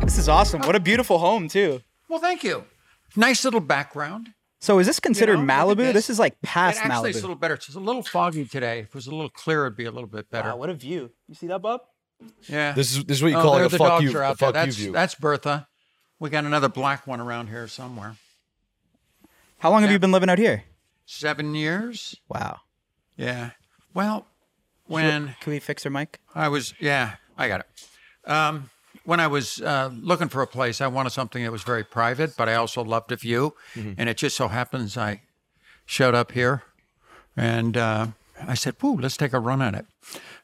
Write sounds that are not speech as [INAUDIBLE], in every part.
This is awesome. What a beautiful home too. Well, thank you. Nice little background. So is this considered look at Malibu? this. This. is like past it actually Malibu. is a little better. It's a little foggy today. If it was a little clearer, it'd be a little bit better. Wow, Oh, what a view. You see that, Bob? Yeah. This is this is what you Oh, call there like a the fuck dogs you, are a out there. fuck you that's, view. That's Bertha. We got another black one around here somewhere. How long have you been living out here? Seven years. Wow. Yeah. Well, when Can we fix her mic? I was, yeah, I got it. Um, when I was uh, looking for a place, I wanted something that was very private, but I also loved a view. And it just so happens I showed up here and uh, I said, woo, let's take a run at it.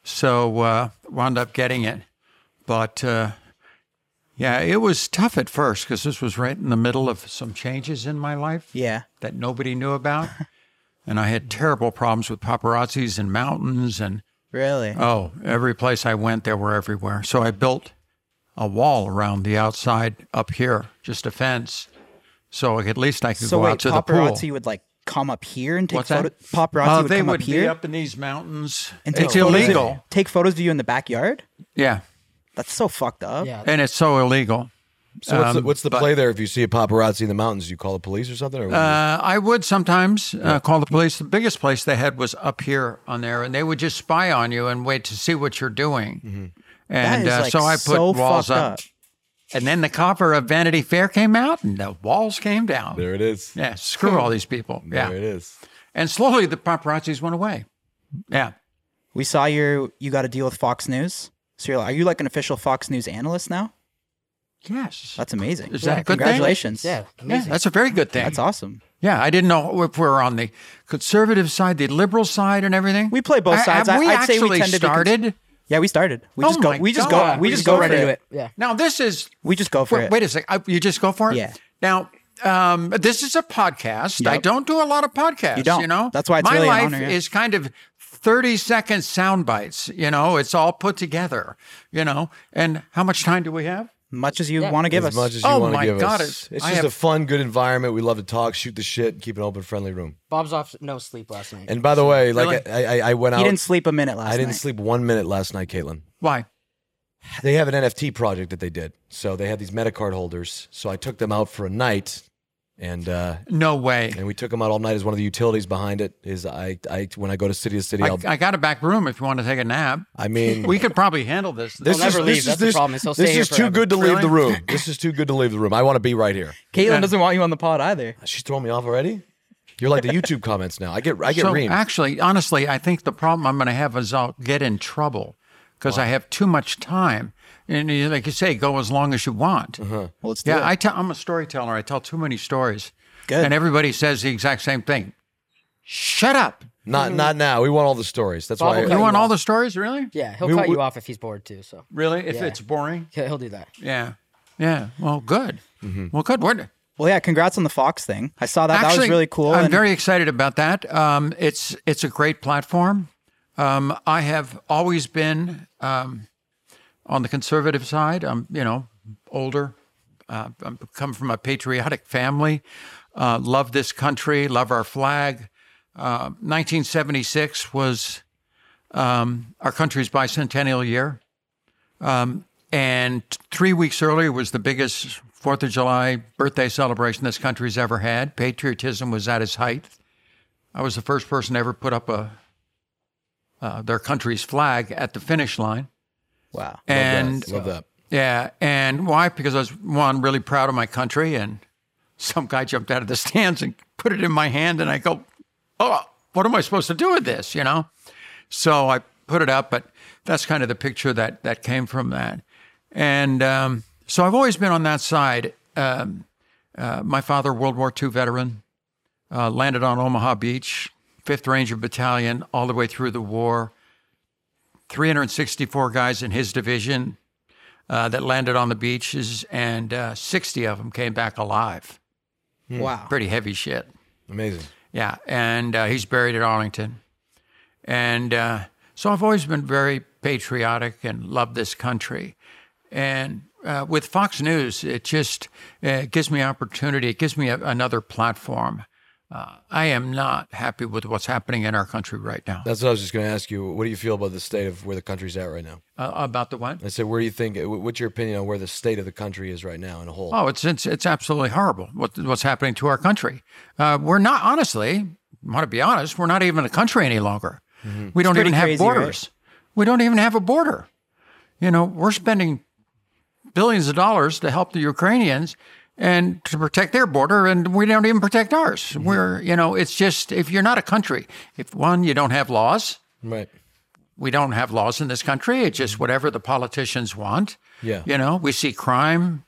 So uh, wound up getting it. But uh, yeah, it was tough at first because this was right in the middle of some changes in my life Yeah. that nobody knew about. and I had terrible problems with paparazzis and mountains and Really? Oh, every place I went, they were everywhere. So I built a wall around the outside up here, just a fence, so at least I could so go wait, out to paparazzi the pool. would like come up here and take What's photo- that? Paparazzi Oh, would they come would up be here up in these mountains. and take it's photos of- illegal. take photos of you in the backyard. Yeah, That's so fucked up. Yeah. and it's so illegal. so what's the, um, what's the play there? If you see a paparazzi in the mountains, you call the police or something? Or what do you do? Uh, I would sometimes uh, call the police. The biggest place they had was up here on there, and they would just spy on you and wait to see what you're doing. Mm-hmm. That And is, uh, like, so I put so walls fucked up. up. And then the cover of Vanity Fair came out, and the walls came down. there it is. Yeah, screw all [LAUGHS] these people. There it Yeah. is. And slowly the paparazzis went away. Yeah. We saw your you got to deal with Fox News. So you're like, are you like an official Fox News analyst now? Yes. That's amazing. Is that a good thing? Congratulations. Yeah. yeah, Amazing. that's a very good thing. That's awesome. Yeah, I didn't know if we were on the conservative side, the liberal side, and everything. We play both I- sides. Have I- we I'd say we actually tend to be cons- started. Yeah, we started. We Oh just go my we just God. go we We just just go for right into it. it. Yeah. Now this is We just go for wait, it. Wait a sec. I, you just go for it. Yeah. Now um, this is a podcast. I Yep. don't do a lot of podcasts. You don't. know, That's why it's my really an life honor, yeah. is kind of thirty second sound bites. You know, it's all put together. You know, and how much time do we have? Much as you Yeah. want to give As us. much as you Oh want to my give God, us. it's- It's I just a have- fun, good environment. We love to talk, shoot the shit, keep an open, friendly room. Bob's off no sleep last night. And by the way, like Really? I, I, I went out. he didn't sleep a minute last I didn't night. sleep one minute last night, Caitlin. Why? They have an NFT project that they did, so they had these MetaCard holders. So I took them out for a night, and uh, No way. and we took them out all night. As one of the utilities behind it is, I, I when I go to city to city, I, I'll, I got a back room if you want to take a nap. I mean, We could probably handle this. this He'll is this never leave. is That's the this, problem, is he'll stay this here is too forever. good to leave Really? the room. This is too good to leave the room. I want to be right here. Caitlin doesn't want you on the pod either. Oh, She's throwing me off already. You're like the YouTube comments now. I get I get so reamed. actually, honestly, I think the problem I'm going to have is I'll get in trouble because I have too much time. And you- like you say, go as long as you want. Well, let's do Yeah, it. I tell, I'm a storyteller. I tell too many stories. Good. And everybody says the exact same thing. Shut up. Not not now. We want all the stories. That's why. Bobble I, You Cutting want off. all the stories, really? yeah, he'll We- cut we- you off if he's bored too. So Really? If Yeah. it's boring? yeah, he'll do that. Yeah. Yeah. Well, good. Well, good. We're, well, yeah, congrats on the Fox thing. I saw that. that was really cool. I'm and very excited about that. Um, it's it's a great platform. Um, I have always been um, on the conservative side. I'm you know older. Uh, I come from a patriotic family. Uh, love this country. Love our flag. Uh, 1976 was um, our country's bicentennial year. And three weeks earlier was the biggest Fourth of July birthday celebration this country's ever had. Patriotism was at its height. I was the first person to ever put up a uh, their country's flag at the finish line. wow. And love that. yeah, and why? Because I was one really proud of my country, and some guy jumped out of the stands and put it in my hand, and I go, "Oh, what am I supposed to do with this?" You know. So I put it up, but that's kind of the picture that that came from that, and um, so I've always been on that side. Um, uh, my father, World War II veteran, uh, landed on Omaha Beach, Fifth Ranger Battalion, all the way through the war. 364 guys in his division, uh, that landed on the beaches, and uh, 60 of them came back alive. Hmm. Wow. Pretty heavy shit. Amazing. Yeah. And uh, he's buried at Arlington. And uh, so I've always been very patriotic and love this country. And uh, with Fox News, it just uh, gives me opportunity. It gives me a, another platform uh, I am not happy with what's happening in our country right now. That's what I was just going to ask you. What do you feel about the state of where the country's at right now? Uh, about the what? I said, where do you think? wh- What's your opinion on where the state of the country is right now in a whole? Oh, it's it's, it's absolutely horrible what, what's happening to our country. Uh, we're not honestly, want to be honest, we're not even a country any longer. We Mm-hmm. don't pretty even have crazy, right? borders. We don't even have a border. You know, we're spending billions of dollars to help the Ukrainians and to protect their border, and we don't even protect ours. Mm-hmm. We're you know, it's just if you're not a country, if one you don't have laws, Right. we don't have laws in this country. It's Mm-hmm. just whatever the politicians want. Yeah. You know, we see crime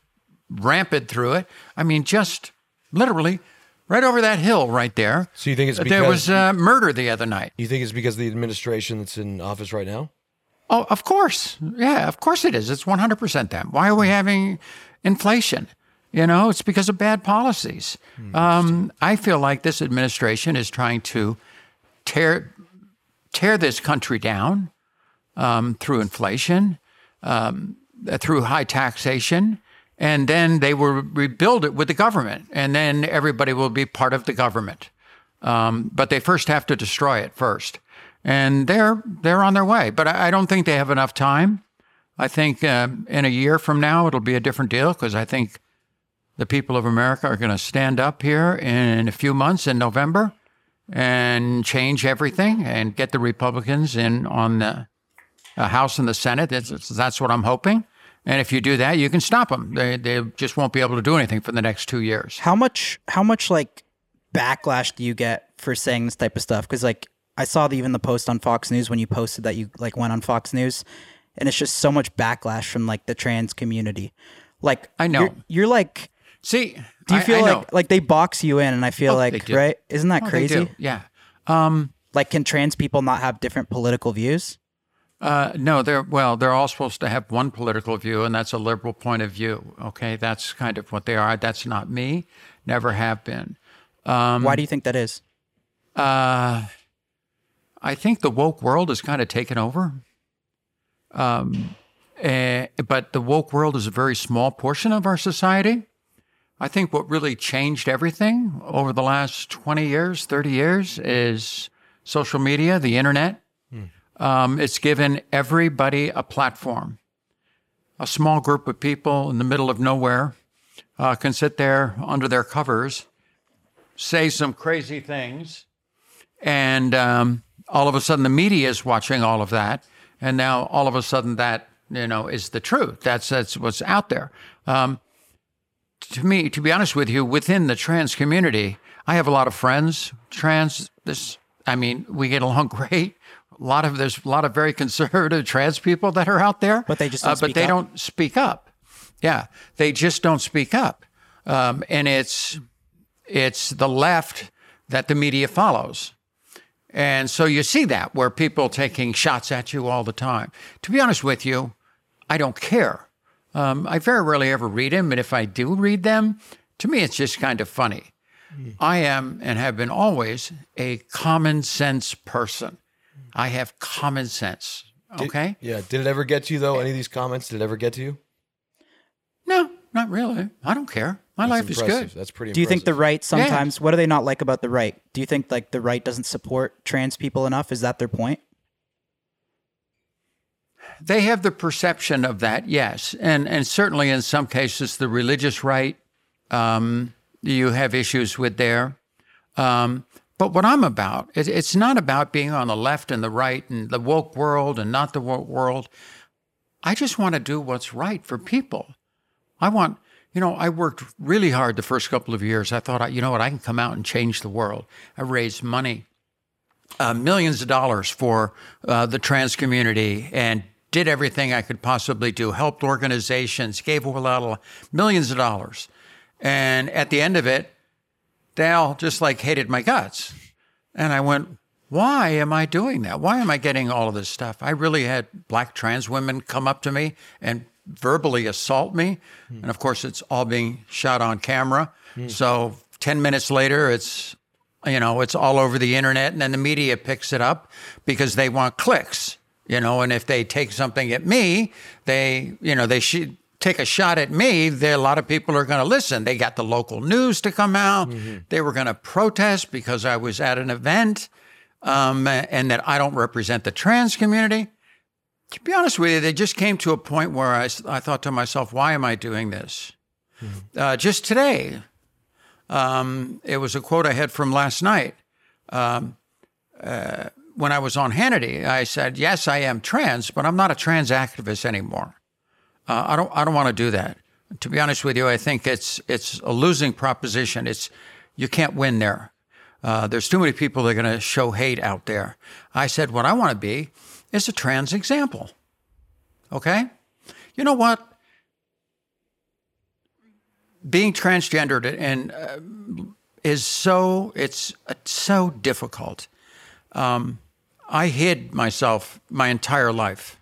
rampant through it. I mean, just literally right over that hill right there. So you think it's there because- was uh, murder the other night. You think it's because of the administration that's in office right now? Oh, of course. Yeah, of course it is. It's 100% that. Why are we having inflation? You know, it's because of bad policies. Um, I feel like this administration is trying to tear tear this country down um, through inflation, um, through high taxation, and then they will rebuild it with the government, and then everybody will be part of the government. Um, but they first have to destroy it first, and they're they're on their way. But I, I don't think they have enough time. I think um, in a year from now it'll be a different deal because I think the people of America are going to stand up here in a few months in November and change everything and get the Republicans in on the uh, House and the Senate. That's, that's- that's what I'm hoping. And if you do that, you can stop them. They, they just won't be able to do anything for the next two years. How much how much like backlash do you get for saying this type of stuff? Because like I saw the, even the post on Fox News when you posted that you like went on Fox News, and it's just so much backlash from like the trans community. Like I know. you're, you're like. See, Do you I- feel I like know. Oh, like they box you in? And I feel they like do. right, isn't that Oh, they crazy? do. Yeah. Um, Like, can trans people not have different political views? Uh, no, they're well. They're all supposed to have one political view, and that's a liberal point of view. Okay, that's kind of what they are. That's not me. Never have been. Um, Mm-hmm. Why do you think that is? Uh, I think the woke world has kind of taken over. Um, eh, but the woke world is a very small portion of our society. I think what really changed everything over the last 20 years, 30 years is social media, the internet. Um, it's given everybody a platform. A small group of people in the middle of nowhere uh, can sit there under their covers, say some crazy things, and um, all of a sudden the media is watching all of that, and now all of a sudden that you know is the truth. That's that's what's out there. Um, to me, to be honest with you, within the trans community, I have a lot of friends trans. This, I mean, we get along [LAUGHS] great. A lot of there's a lot of very conservative trans people that are out there, uh, But they just don't but speak they up. don't speak up. Yeah, they just don't speak up, um, and it's it's the left that the media follows. And so you see that where people taking shots at you all the time. To be honest with you, I don't care. Um, I very rarely ever read them. And if I do read them, to me, it's just kind of funny. I am and have been always a common sense person. I have common sense. Okay. Yeah. Did it ever get to you though? Any of these comments? Did it ever get to you? No, not really. I don't care. My life is impressive. good. That's pretty. Do you think the impressive. right sometimes? What do they not like about the right? Do you think like the right doesn't support trans people enough? Is that their point? they have the perception of that, yes, and and certainly in some cases the religious right, um, you have issues with there. Um, but what I'm about, it, it's not about being on the left and the right and the woke world and not the woke world. I just want to do what's right for people. I want, you know, I worked really hard the first couple of years. I thought, I- you know what, I can come out and change the world. I raised money uh, millions of dollars for uh, the trans community and did everything I could possibly do, helped organizations, gave a lot of millions of dollars. And at the end of it, they all just like hated my guts. And I went, why am I doing that? Why am I getting all of this stuff? I really had black trans women come up to me and verbally assault me. And of course, it's all being shot on camera. So 10 minutes later, it's you know, it's all over the internet, and then the media picks it up because they want clicks, you know. And if they take something at me, they, you know, they should take a shot at me, there a lot of people are going to listen. They got the local news to come out. They were going to protest because I was at an event um, and that I don't represent the trans community. To be honest with you, they just came to a point where I, s- I thought to myself, why am I doing this? Uh, just today, um, it was a quote I had from last night. Um, uh, when I was on Hannity, I said, "Yes, I am trans, but I'm not a trans activist anymore. Uh, I don't. I don't want to do that. To be honest with you, I think it's it's a losing proposition. It's you can't win there. Uh, there's too many people that are going to show hate out there. I said what I want to be is a trans example. Okay, you know what? Being transgendered and uh, is so it's, it's so difficult. Um, I hid myself my entire life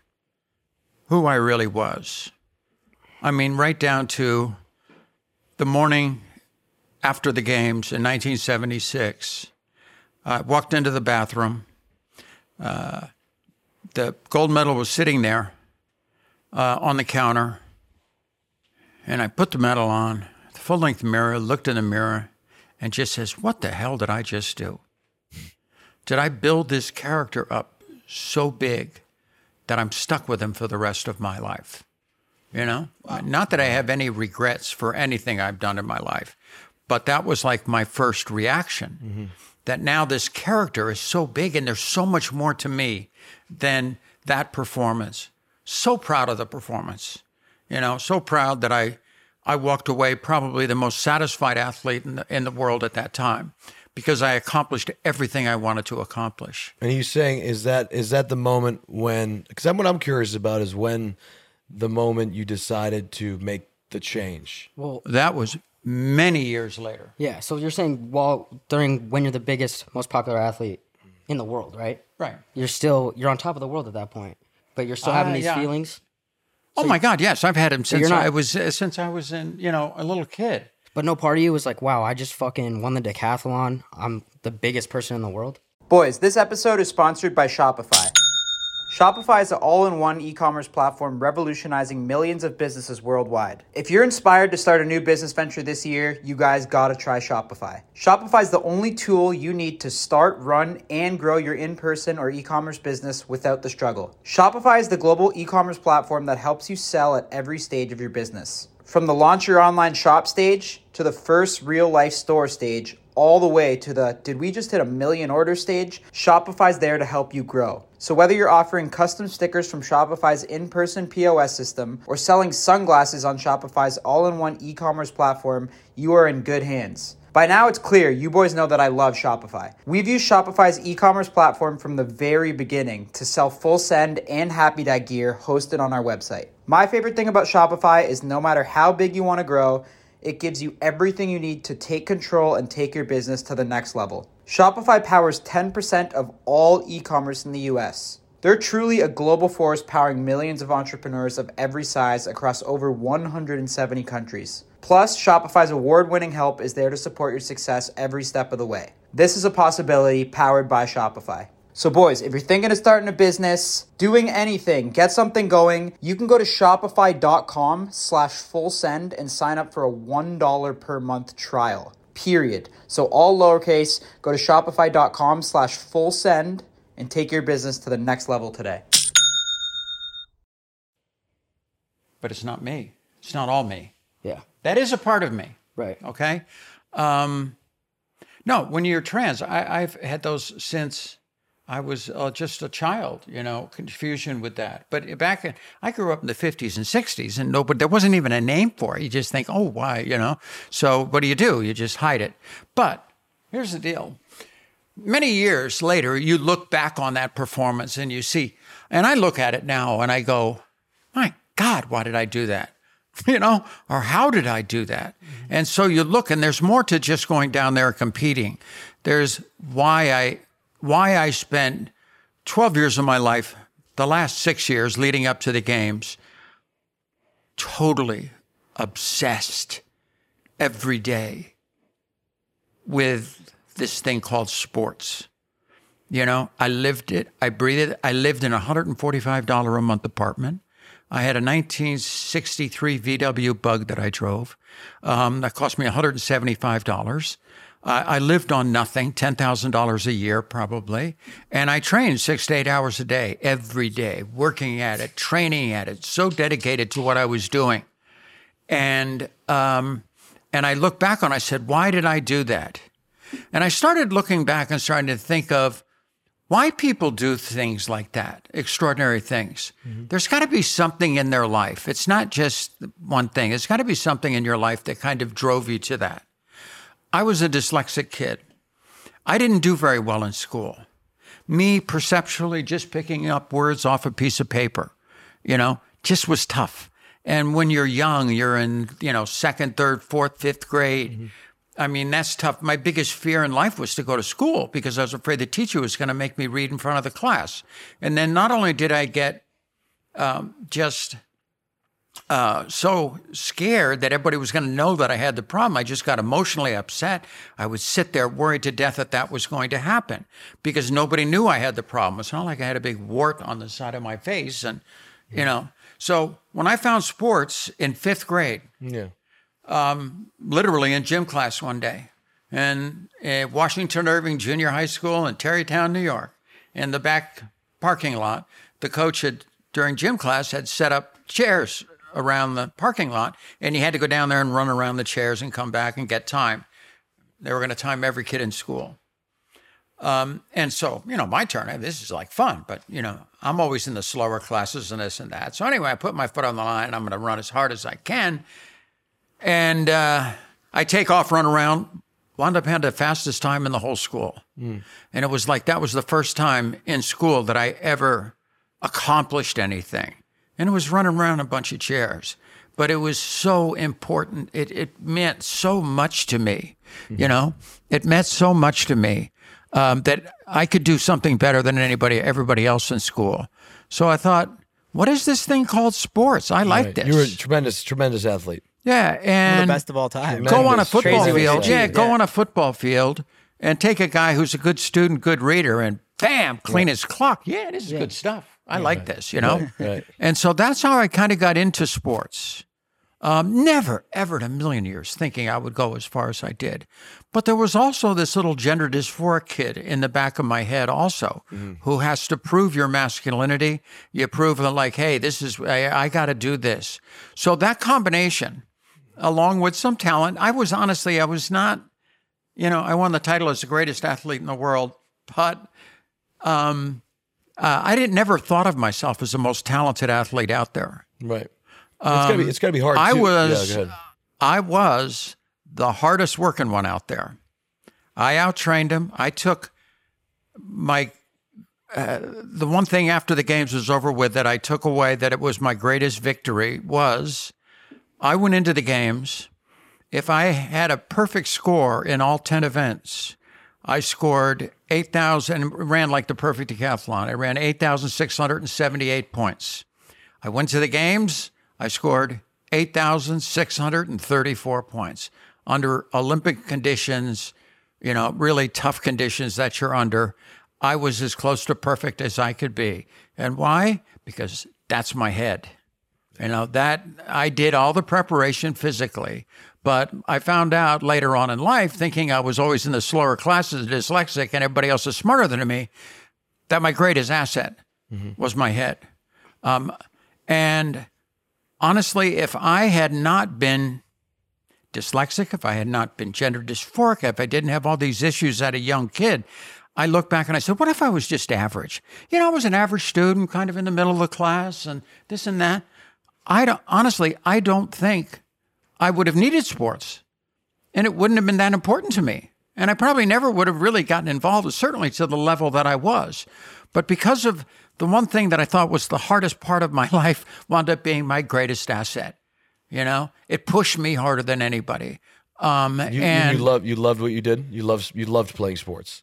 who I really was. I mean, right down to the morning after the games in 1976. I walked into the bathroom. Uh, the gold medal was sitting there uh, on the counter. And I put the medal on, the full length mirror, looked in the mirror, and just says, What the hell did I just do? Did I build this character up so big? that I'm stuck with him for the rest of my life. You know, not that I have any regrets for anything I've done in my life, but that was like my first reaction. That now this character is so big and there's so much more to me than that performance. So proud of the performance. You know, so proud that I I walked away probably the most satisfied athlete in the, in the world at that time because I accomplished everything I wanted to accomplish. And he's saying, is that is that the moment when? Because I'm, what I'm curious about is when the moment you decided to make the change. Well, That was many years later. yeah. So you're saying while during when you're the biggest, most popular athlete in the world, right? Right. You're still you're on top of the world at that point, but you're still having Ah, these yeah. feelings. Oh my God! Yes, I've had him since you're not- I was uh, since I was in you know a little kid. But no part of you is like, wow, I just fucking won the decathlon. I'm the biggest person in the world. Boys, this episode is sponsored by Shopify. Shopify is an all in one e commerce platform revolutionizing millions of businesses worldwide. If you're inspired to start a new business venture this year, you guys gotta try Shopify. Shopify is the only tool you need to start, run, and grow your in person or e commerce business without the struggle. Shopify is the global e commerce platform that helps you sell at every stage of your business. From the launch your online shop stage to the first real life store stage, all the way to the did we just hit a million order stage? Shopify's there to help you grow. So whether you're offering custom stickers from Shopify's in-person POS system or selling sunglasses on Shopify's all-in-one e-commerce platform, you are in good hands. By now, it's clear you boys know that I love Shopify. We've used Shopify's e commerce platform from the very beginning to sell full send and happy dye gear hosted on our website. My favorite thing about Shopify is no matter how big you want to grow, it gives you everything you need to take control and take your business to the next level. Shopify powers 10% of all e commerce in the US. They're truly a global force powering millions of entrepreneurs of every size across over 170 countries. Plus, Shopify's award winning help is there to support your success every step of the way. This is a possibility powered by Shopify. So, boys, if you're thinking of starting a business, doing anything, get something going, you can go to shopify.com slash full send and sign up for a $1 per month trial, period. So, all lowercase, go to shopify.com slash full send and take your business to the next level today. But it's not me. It's not all me. Yeah. That is a part of me. Right. Okay. Um, no, when you're trans, I, I've had those since I was uh, just a child. You know, confusion with that. But back in, I grew up in the 50s and 60s, and no, but there wasn't even a name for it. You just think, oh, why? You know. So what do you do? You just hide it. But here's the deal. many years later, you look back on that performance and you see, and I look at it now and I go, my God, why did I do that? [LAUGHS] You know, or how did I do that? And so you look and there's more to just going down there competing. There's why I why I spent 12 years of my life, the last 6 years leading up to the games totally obsessed every day with this thing called sports. You know, I lived it, I breathed it. I lived in a $145 a month apartment I had a 1963 VW Bug that I drove. Um, that cost me $175. I, I lived on nothing, $10,000 a year probably. And I trained six to eight hours a day, every day, working at it, training at it, so dedicated to what I was doing. And, um, and I look back on, it, I said, why did I do that? And I started looking back and starting to think of, why people do things like that, extraordinary things. There's got to be something in their life. It's not just one thing, it's got to be something in your life that kind of drove you to that. I was a dyslexic kid. I didn't do very well in school. Me perceptually just picking up words off a piece of paper, you know, just was tough. And when you're young, you're in, you know, second, third, fourth, fifth grade. I mean, that's tough. My biggest fear in life was to go to school because I was afraid the teacher was going to make me read in front of the class. And then not only did I get um, just uh, so scared that everybody was going to know that I had the problem, I just got emotionally upset. I would sit there worried to death that that was going to happen because nobody knew I had the problem. It's not like I had a big wart on the side of my face. And, you know, so when I found sports in fifth grade, Yeah. literally in gym class one day in uh, Washington Irving Junior High School in Tarrytown, New York, in the back parking lot. The coach had, during gym class, had set up chairs around the parking lot, and you had to go down there and run around the chairs and come back and get time. They were going to time every kid in school. Um, and so, you know, my turn, I- this is like fun, but, you know, I'm always in the slower classes and this and that. So, anyway, I put my foot on the line. I'm going to run as hard as I can and uh, I take off, run around, wound up having the fastest time in the whole school. Hmm. And it was like that was the first time in school that I ever accomplished anything. And it was running around a bunch of chairs. But it was so important. It, it meant so much to me. Hmm. You know, it meant so much to me um, that I could do something better than anybody, everybody else in school. So I thought, what is this thing called sports? I like this. You were a tremendous, tremendous athlete. yeah. the And best of all time. Tremendous. go on a football Crazy what field. you Yeah, do. go Yeah. on a football field and take a guy who's a good student, good reader, and bam, clean his clock. Yeah, this is good stuff. I like this, you know? right. And so that's how I kind of got into sports. Um, never, ever in a million years thinking I would go as far as I did. But there was also this little gender dysphoric kid in the back of my head, also, who has to prove your masculinity. You prove, that, like, hey, this is, I, I got to do this. So that combination, along with some talent. I was honestly, I was not, you know, I won the title as the greatest athlete in the world, but um, uh, I didn't never thought of myself as the most talented athlete out there. Right. it's gotta be. It's gotta be hard. Um, I too. was- uh, Yeah, go ahead. I was the hardest working one out there. I outtrained him. I took my uh, the one thing after the games was over with that I took away that it was my greatest victory was I went into the games. If I had a perfect score in all ten events, I scored eight thousand ran like the perfect decathlon. I ran eight thousand six hundred and seventy eight points. I went to the games. I scored 8,634 points under Olympic conditions, you know, really tough conditions that you're under. I was as close to perfect as I could be. And why? Because that's my head. You know, that I did all the preparation physically, but I found out later on in life, thinking I was always in the slower classes, dyslexic, and everybody else is smarter than me, that my greatest asset was my head. Um, and honestly, if I had not been dyslexic, if I had not been gender dysphoric, if I didn't have all these issues at a young kid, I look back and I said, what if I was just average? You know, I was an average student, kind of in the middle of the class and this and that. I don't, honestly, I don't think I would have needed sports and it wouldn't have been that important to me. And I probably never would have really gotten involved, certainly to the level that I was. But because of the one thing that I thought was the hardest part of my [LAUGHS] life, wound up being my greatest asset. You know, it pushed me harder than anybody. Um, You, you, and you loved. You loved what you did. You loved. You loved playing sports.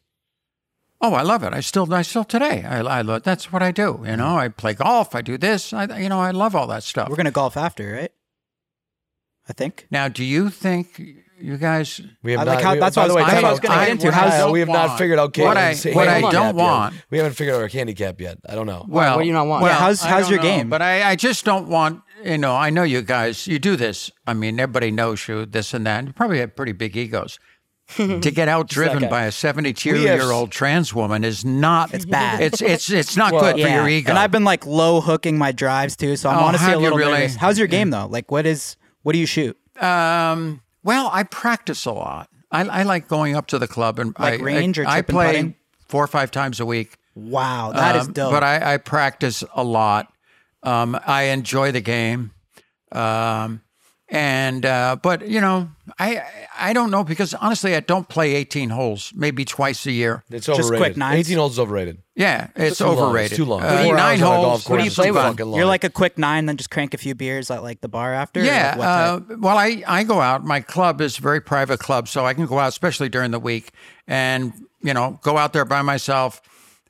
oh, I love it. I still, I still today. I, I love, that's what I do. You know, I play golf. I do this. I, you know, I love all that stuff. We're gonna golf after, right? I think. Now, do you think you guys. We have I like not- how- we- that's by what the I was- way, that's what I was time gonna out. get into. Time How's- out. we have not want- figured out what I- Kaden's what I handicap don't yet. want- We haven't figured out our handicap yet. I don't know. Well, what do you not want? Well, Yeah, how's- I how's don't your know, game? But I, I just don't want you know. I know you guys. You do this. I mean, everybody knows you. This and that. You probably have pretty [LAUGHS] big egos. to get out driven by a seventy-two-year-old trans woman is not. It's bad. It's it's it's not good for your ego. And I've been like low hooking my drives too, so I'm Oh, honestly a have you little really? nervous. How's your game though? Like, what is what do you shoot? Um, well, I practice a lot. I, I like going up to the club and Like I, range I, or I chip and play putting? four or five times a week. Wow, that is Um, dope. But I, I practice a lot. Um, I enjoy the game. Um, and uh, but you know, I I don't know because honestly, I don't play 18 holes maybe twice a year. It's quick overrated. nines. 18 holes is overrated. Yeah, it's too long. It's overrated. too long. Uh, Four hours nine on a golf holes. course what do you is too play with? fucking long. You're like a quick nine, then just crank a few beers at like the bar after. or, Yeah. like, what uh, type? well, I, I go out. My club is a very private club, so I can go out, especially during the week, and you know, go out there by myself,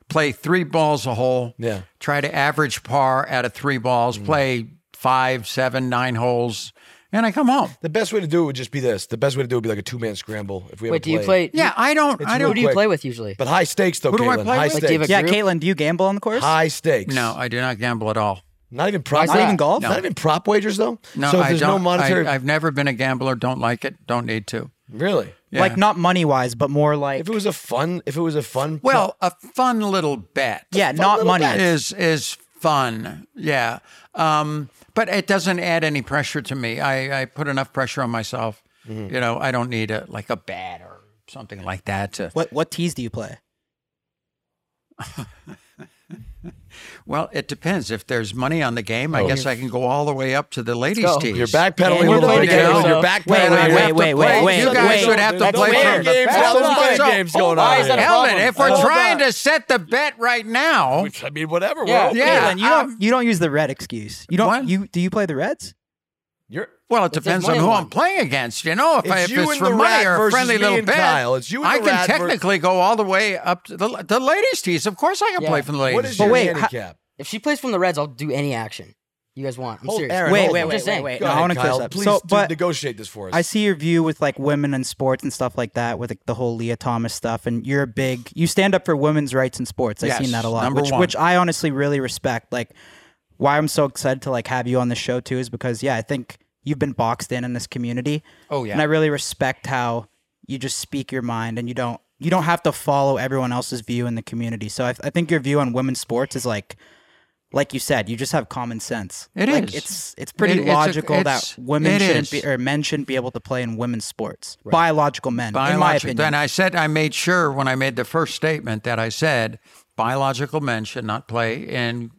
play three balls a hole. Yeah. Mm. Try to average par out of three balls. Play five, seven, nine holes, and I come home. The best way to do it would just be this. The best way to do it would be like a two man scramble. If we ever Wait, do you play? Yeah, I don't. I don't. real Who do you quick. play with usually? But high stakes though, Who do I Caitlin. play High with? Like, stakes. give a- yeah, group? Caitlin, do you gamble on the course? high stakes. no, I do not gamble at all. Not even prop. Not bets? even golf? Not even prop wagers though. No, So if I there's don't. no monetary. I, have never been a gambler. Don't like it. Don't need to. really. Yeah. Like not money wise, but more like If it was a fun, if it was a fun. well, a fun little bet. yeah, not money. is is fun. Yeah. Um, but it doesn't add any pressure to me. I, I put enough pressure on myself. Mm-hmm. You know, I don't need a like a bat or something like that to What what tees do you play? well, it depends. If there's money on the game, I guess I can go all the way up to the ladies' go. tees. Oh. you're backpedaling Yeah, a little we're playing bit. Caitlin. games, You're though. Wait, backpedaling. You wait, have wait, to play. wait, wait. You guys Wait. would have to There's no play mind from the games. back. There's no Hold mind on. games going Why on. is that a here. problem? Helen, if we're Hold trying to set the bet right now, I mean, whatever. Yeah. Yeah. yeah, Caitlin, you I'm- don't you don't use the red excuse. You don't What? you do you play the reds? You're. Well, it It's just depends on money who one. I'm playing against. You know, if, It's I, if you it's and for the money rat or a versus friendly me little and bet, Kyle. It's you and I the can rat ver- technically go all the way up to the, the ladies' tees. Of course, I can Yeah. play from the ladies' What is tees. your wait, ha- handicap? If she plays from the Reds, I'll do any action you guys want. I'm Hold serious. Aaron, Wait, hold wait, on. wait, Just wait, saying. wait. Go No, I ahead, want to clear Kyle. this up. Please So, do but negotiate this for us. I see your view with like women in sports and stuff like that, with like, the whole Leah Thomas stuff, and you're a big you stand up for women's rights in sports. I've Yes, seen that a lot, number which one. which I honestly really respect. Like, why I'm so excited to like have you on the show too is because yeah, I think you've been boxed in in this community. Oh, yeah. and I really respect how you just speak your mind and you don't you don't have to follow everyone else's view in the community. So I, I think your view on women's sports is like. Like you said, you just have common sense. It like is. It's it's pretty It- it's a- logical it's- that women it shouldn't is. be or men shouldn't be able to play in women's sports. Biological men, in my Biological. opinion. Then I said I made sure when I made the first statement that I said biological men should not play in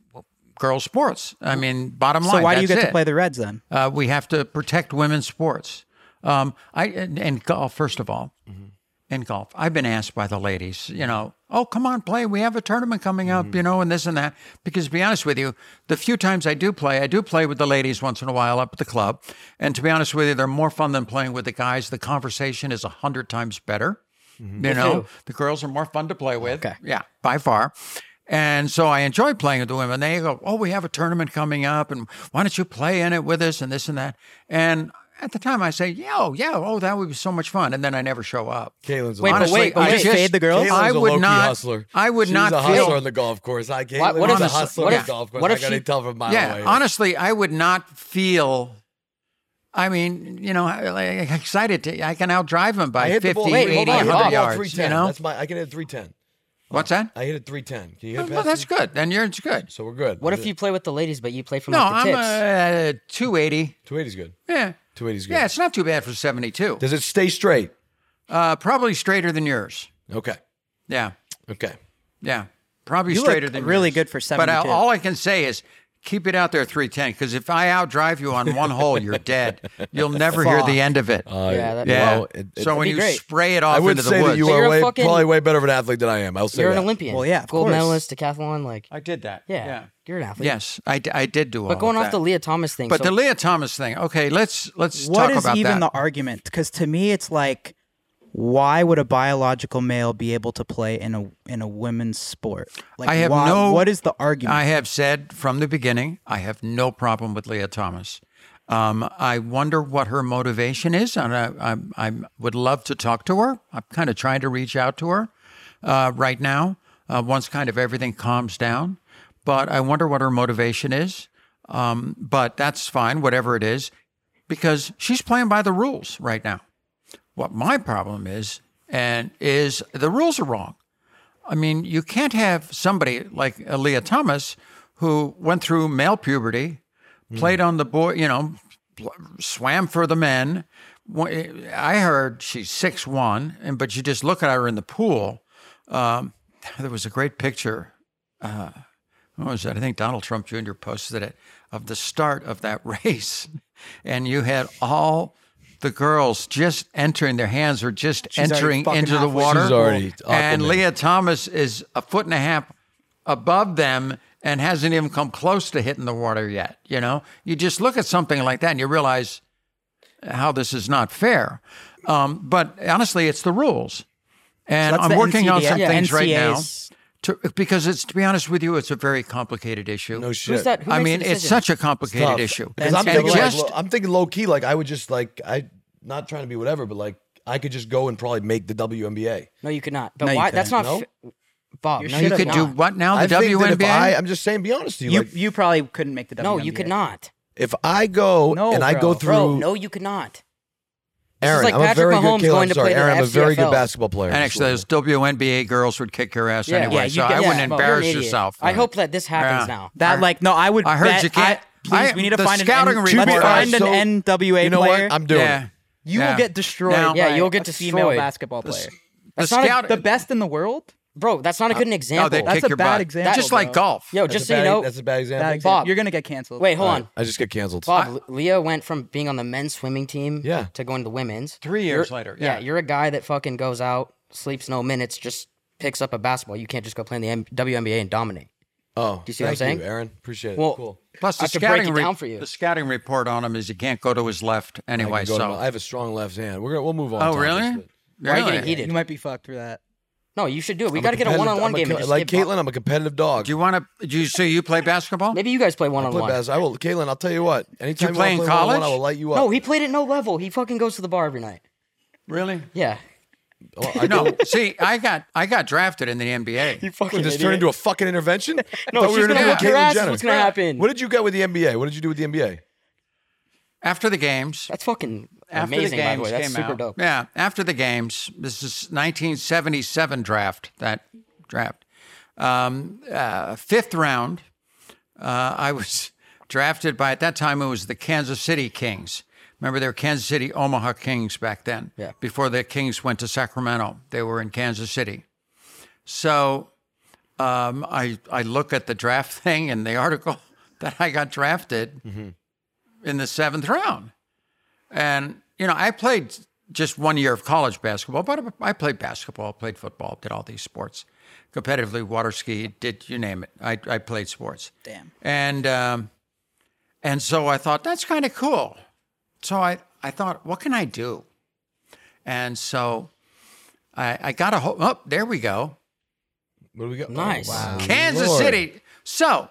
girls' sports. I mean, bottom line. so why do you that's get to it. play the Reds then? Uh, we have to protect women's sports. Um, I and, and golf first of all. In golf, I've been asked by the ladies, you know, oh come on, play. We have a tournament coming up, you know, and this and that. Because to be honest with you, the few times I do play, I do play with the ladies once in a while up at the club. And to be honest with you, they're more fun than playing with the guys. The conversation is a hundred times better. You know, the girls are more fun to play with. Okay. Yeah, by far. And so I enjoy playing with the women. They go, Oh, we have a tournament coming up, and why don't you play in it with us and this and that? And at the time, I say, Yeah, oh, yeah, oh, that would be so much fun. And then I never show up. Caitlin's a Wait, but low-key- Honestly, wait, but I wait. just- Fade the girls? Caitlin's I a would low-key not. hustler. I would She's not a feel hustler on the golf course. I Caitlin What- what was if- a hustler what on if- the golf course. what I if gotta she- tell from my yeah way. honestly i would not feel i mean you know I- like, excited to i can outdrive him I by hit the 50 ball. Wait, 80, hold on, hold 100 on. yards you 310. know that's my. I can hit 310. what's that I hit a 310. Can you hit well past? Oh, that's me? good then you're it's good So we're good. What if you play with the ladies, but you play from no like, i'm the tips? uh, 280 280's good. yeah 280's good. yeah it's not too bad for 72 Does it stay straight? uh, probably straighter than yours Okay. yeah Okay. yeah probably You look straighter than really good yours. for but uh, 72. all i can say is Keep it out there 310 because if I outdrive you on one hole, you're dead. You'll never hear the end of it. yeah, that, Yeah. Well, it- it- so That'd when be you great. spray it off I would into the say woods, that you So are you're a way, fucking- probably way better of an athlete than I am. I'll say you're that. an Olympian. Well, yeah, of gold course. medalist, decathlon. Like, I did that. yeah, you're an athlete. Yes, I, d- I did do all. But going of off the that. Leah Thomas thing, But so the Leah Thomas thing. Okay, let's let's What talk is about even that. the argument? Because to me, it's like, why would a biological male be able to play in a in a women's sport? Like, I have why- no- What is the argument? I have said from the beginning, I have no problem with Leah Thomas. Um, I wonder what her motivation is, and I, I, I would love to talk to her. I'm kind of trying to reach out to her uh, right now, uh, once kind of everything calms down. But I wonder what her motivation is. Um, but that's fine, whatever it is, because she's playing by the rules right now. What my problem is, and is the rules are wrong. I mean, you can't have somebody like Leah Thomas, who went through male puberty, Hmm. played on the boy, you know, pl- swam for the men. Wh- I heard she's six one, and but you just look at her in the pool. Um, [LAUGHS] there was a great picture. Uh, what was that? I think Donald Trump Jr. posted it of the start of that [LAUGHS] race, and you had all the girls just entering. Their hands were just already entering fucking into the halfway. water. She's already and Aquaman. Leah Thomas is a foot and a half above them and hasn't even come close to hitting the water yet. You know, you just look at something like that and you realize how this is not fair. Um, but honestly, it's the rules. And that's I'm the working on NCAA some things right now NCAAs. to, because it's, to be honest with you, it's a very complicated issue. No Who's shit. that? Who I makes mean, the it's decision? such a complicated Tough. issue. Because I'm And thinking, just- like, lo- I'm thinking low key. Like I would just like I not trying to be whatever, but like I could just go and probably make the WNBA. No, you could not. But No, you why? That's not. couldn't. fa- Bob, You're no, shit you at You could could do not. what now? I The think that if WNBA? I, I'm just saying, be honest to you. You like, you probably couldn't make the WNBA. No, you could not. if I go No, and I bro. go through Bro, no, you could not. is Aaron, like I'm a Patrick very Mahomes good kid. going I'm to sorry, play the Aaron. I'm a very good XFL. basketball player. And actually, those WNBA girls would kick your ass Yeah. anyway, Yeah, you so get- I wouldn't yeah, well, You're an embarrass idiot. yourself. I hope that this happens now. That like no, I would. I heard bet- you can't- I- please, I- we need to the find an scouting N- report- Let's find So, an NWA you know player. what? I'm doing yeah. it. you Yeah. will get destroyed. Now- by Yeah, you'll get a female destroyed. basketball player. The That's not a- scout, The best in the world. Bro, that's not a good No, example. they That's kick a your bad butt. example, Just like bro. golf. Uh, Yo, That's just a so you bad- know. That's a bad That example. example. Bob. You're gonna get canceled. Wait, hold on. I just get canceled. Bob, Leah went from being on the men's swimming team Yeah. to going to the women's. Three years later, Yeah. yeah. you're a guy that fucking goes out, sleeps no minutes, just picks up a basketball. You can't just go play in the M- WNBA and dominate. Oh, you see what I'm thank saying? you, Aaron? Appreciate it. Well, Oh, cool. Plus, the I could break scouting it re- down for you. the scouting report on him is he can't go to his left I, anyway. can go to So, my- I have a strong left hand. We're gonna we'll move on. oh Tom, really? but- Why are you Really? getting heated? You might be fucked for that. No, you should do it. We I'm got to get a competitive- one-on-one I'm a game. co- and just like get Bob- Caitlin, I'm a competitive dog. Do you want to? Do you so you play basketball? Maybe you guys play I play one-on-one. bas- I will, Caitlin. I'll tell you what. Anytime play in wanna one-on-one, college? I will light you up. no, he played at no level. He fucking goes to the bar every night. Really? Yeah. Well, Oh, I No. See, I got I got drafted in the [LAUGHS] NBA. fucking What, This turned into a fucking [LAUGHS] intervention. No, Thought she's Oh, were gonna interviewing whip your Caitlyn ass. is Jenner. What's gonna happen? What did you get with the NBA? What did you do with the NBA? After the games, That's fucking after amazing. the games by the way, that's came super out. dope. Yeah, after the games, this is 1977 draft. That draft, um, uh, fifth round. Uh, I was [LAUGHS] drafted by at that time it was the Kansas City Kings. Remember, they were Kansas City Omaha Kings back then. Yeah. Before the Kings went to Sacramento, they were in Kansas City. So um, I I look at the draft [LAUGHS] thing and the article [LAUGHS] that I got drafted Mm-hmm. in the seventh round, and you know I played just one year of college basketball, but I played basketball, played football, did all these sports competitively, water ski, did you name it? I I played sports. Damn. And um, and so I thought that's kind of cool. So I I thought, what can I do? And so I I got a whole. Oh, there we go. What do we got? Oh, Nice. Wow. Kansas Lord. City. So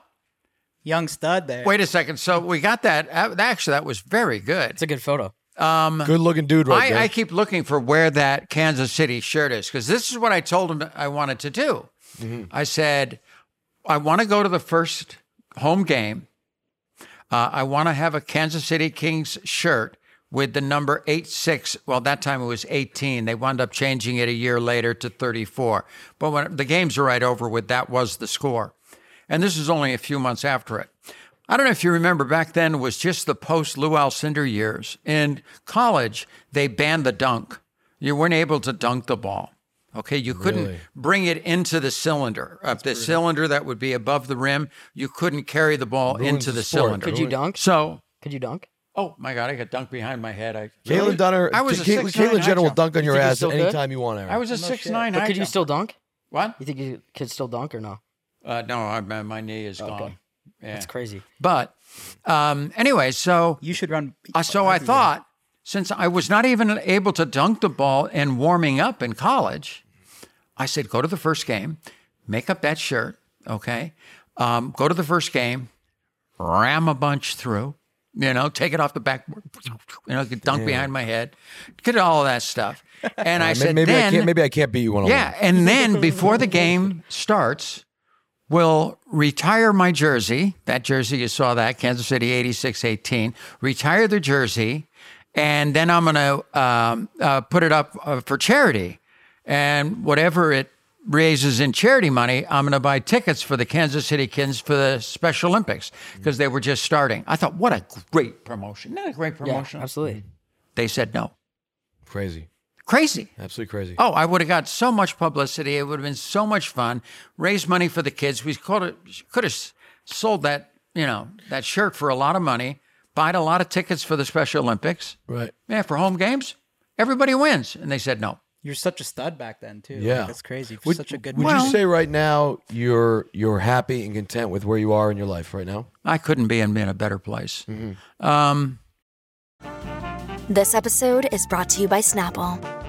Young stud there. wait a second. So we got that. Uh, Actually, that was very good. Um, It's a good photo. Good looking dude right there. I, I keep looking for where that Kansas City shirt is because this is what I told him I wanted to do. Mm-hmm. I said, I want to go to the first home game. Uh, I want to have a Kansas City Kings shirt with the number 86. Well, that time it was 18. They wound up changing it a year later to 34. But when the games are right over with, that was the score. And this is only a few months after it. I don't know if you remember back then was just the post Lou Alcindor years. In college, they banned the dunk. You weren't able to dunk the ball. Okay, you couldn't bring it into the cylinder. Uh, the cylinder that would be above the rim, you couldn't carry the ball into the the sport. cylinder. Could you dunk? So, Could you dunk? oh my God, I got dunked behind my head. I Caitlin Really? Dunner. I was a 6'9" Caitlin, Caitlin Jenner high will jump. dunk on your think it's ass still good? anytime you want, Aaron. I was a six nine. Oh, But could you still dunk? what? You think you could still dunk or no? Uh, no, I, my, my knee is gone. That's crazy. But um, anyway, so You should run. Uh, so I thought, since I was not even able to dunk the ball and warming up in college, I said, go to the first game, make up that shirt, okay? Um, go to the first game, ram a bunch through, you know, take it off the backboard, you know, dunk behind my head, get all that stuff. And I May- said, maybe I then, can't. Maybe I can't beat you one on yeah, and then before the game starts, we'll retire my jersey. That jersey you saw that Kansas City eighty six eighteen. Retire the jersey, and then I'm gonna um, uh, put it up uh, for charity, and whatever it raises in charity money, I'm gonna buy tickets for the Kansas City Kins for the Special Olympics because they were just starting. I thought, what a great promotion! Not a great Yeah, promotion. absolutely. they said no. Crazy, Crazy. absolutely crazy. Oh, I would have got so much publicity. It would have been so much fun. Raise money for the kids. We could have, could have s- sold that, you know, that shirt for a lot of money. Bought a lot of tickets for the Special Olympics. Right. Man, for home games, everybody wins. And they said no. You're such a stud back then too. Like, Yeah. that's crazy. You're Would- such a good. Would Well- you say right now you're you're happy and content with where you are in your life right now? I couldn't be in, in a better place. Mm-hmm. Um, This episode is brought to you by Snapple.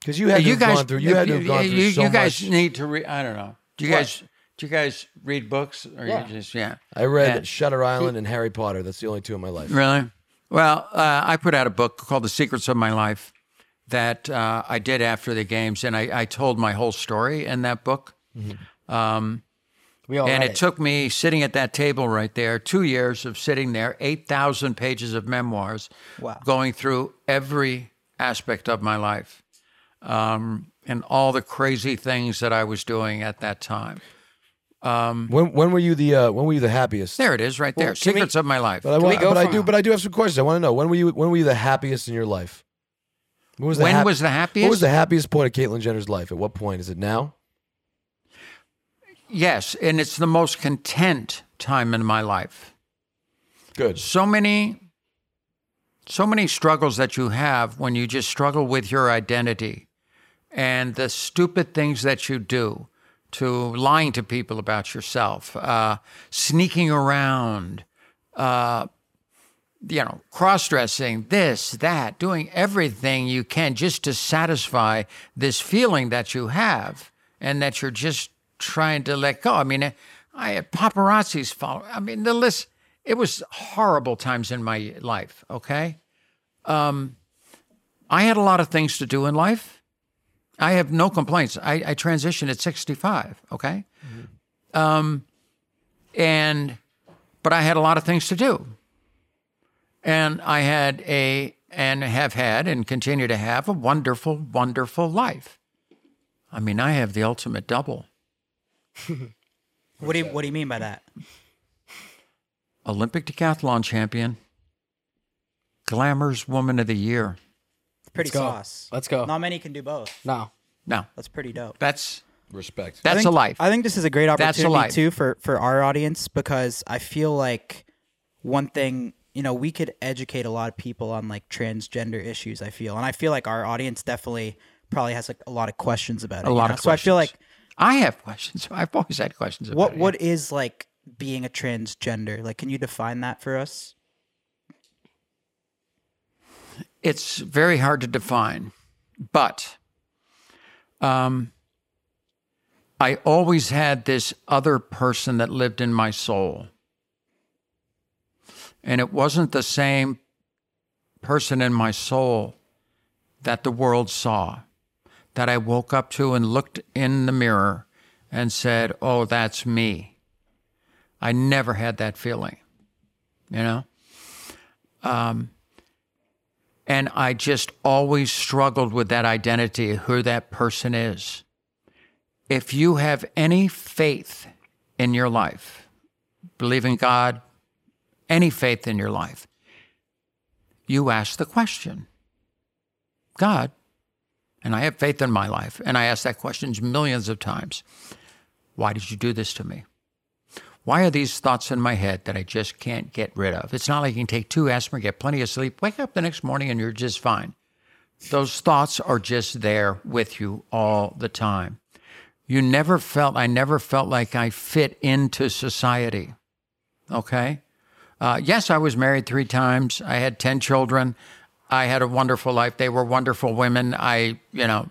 Because you had to you have guys, gone through. You had to have gone through you- so you guys much. need to read. I don't know. Do you What? guys? Do you guys read books or Yeah. you just yeah? I read Yeah. Shutter Island and Harry Potter. That's the only two in my life. Really? Well, uh, I put out a book called The Secrets of My Life that uh, I did after the games, and I, I told my whole story in that book. We all and read it, took me sitting at that table right there, two years of sitting there, 8,000 pages of memoirs, Wow. going through every aspect of my life um, and all the crazy things that I was doing at that time. When when were you the uh, when were you the happiest? There it is right there can we- Secrets of My Life. But I, Can we want, go but I from- do but I do have some questions. I want to know when were you when were you the happiest in your life? When was When hap- was the happiest? What was the happiest point of Caitlyn Jenner's life? At what point is it now? yes, and it's the most content time in my life. Good. so many so many struggles that you have when you just struggle with your identity and the stupid things that you do to lying to people about yourself uh, sneaking around uh, you know cross-dressing this that doing everything you can just to satisfy this feeling that you have and that you're just trying to let go i mean i had paparazzi's follow i mean the list it was horrible times in my life okay Um, I had a lot of things to do in life. I have no complaints. I, I transitioned at 65, okay? Um, and, but I had a lot of things to do. And I had a, and have had and continue to have a wonderful, wonderful life. I mean, I have the ultimate double What do you What do you mean by that? Olympic decathlon champion, Glamour's Woman of the Year. It's pretty Let's go. sauce. Let's go. Not many can do both. it. No. Now, That's pretty dope. that's, Respect. I that's think- a life. I think this is a great That's a opportunity life. too for for our audience because I feel like one thing you know we could educate a lot of people on like transgender issues. I feel and I feel like our audience definitely probably has like a lot of questions about it. a you lot know? of questions. So I feel like I have questions. [LAUGHS] I've always had questions about what it, what is like being a transgender? Like, can you define that for us? yeah. It's very hard to define, but um, I always had this other person that lived in my soul, and it wasn't the same person in my soul that the world saw, that I woke up to and looked in the mirror and said, "Oh, that's me." I never had that feeling, you know. Um, and I just always struggled with that identity, who that person is. If you have any faith in your life, believe in God, any faith in your life, you ask the question God, and I have faith in my life, and I ask that question millions of times why did you do this to me? Why are these thoughts in my head that I just can't get rid of? It's not like you can take two aspirin, get plenty of sleep, wake up the next morning, and you're just fine. Those thoughts are just there with you all the time. You never felt, I never felt like I fit into society. Okay? Uh, yes, I was married three times. I had 10 children. I had a wonderful life. They were wonderful women. I, you know,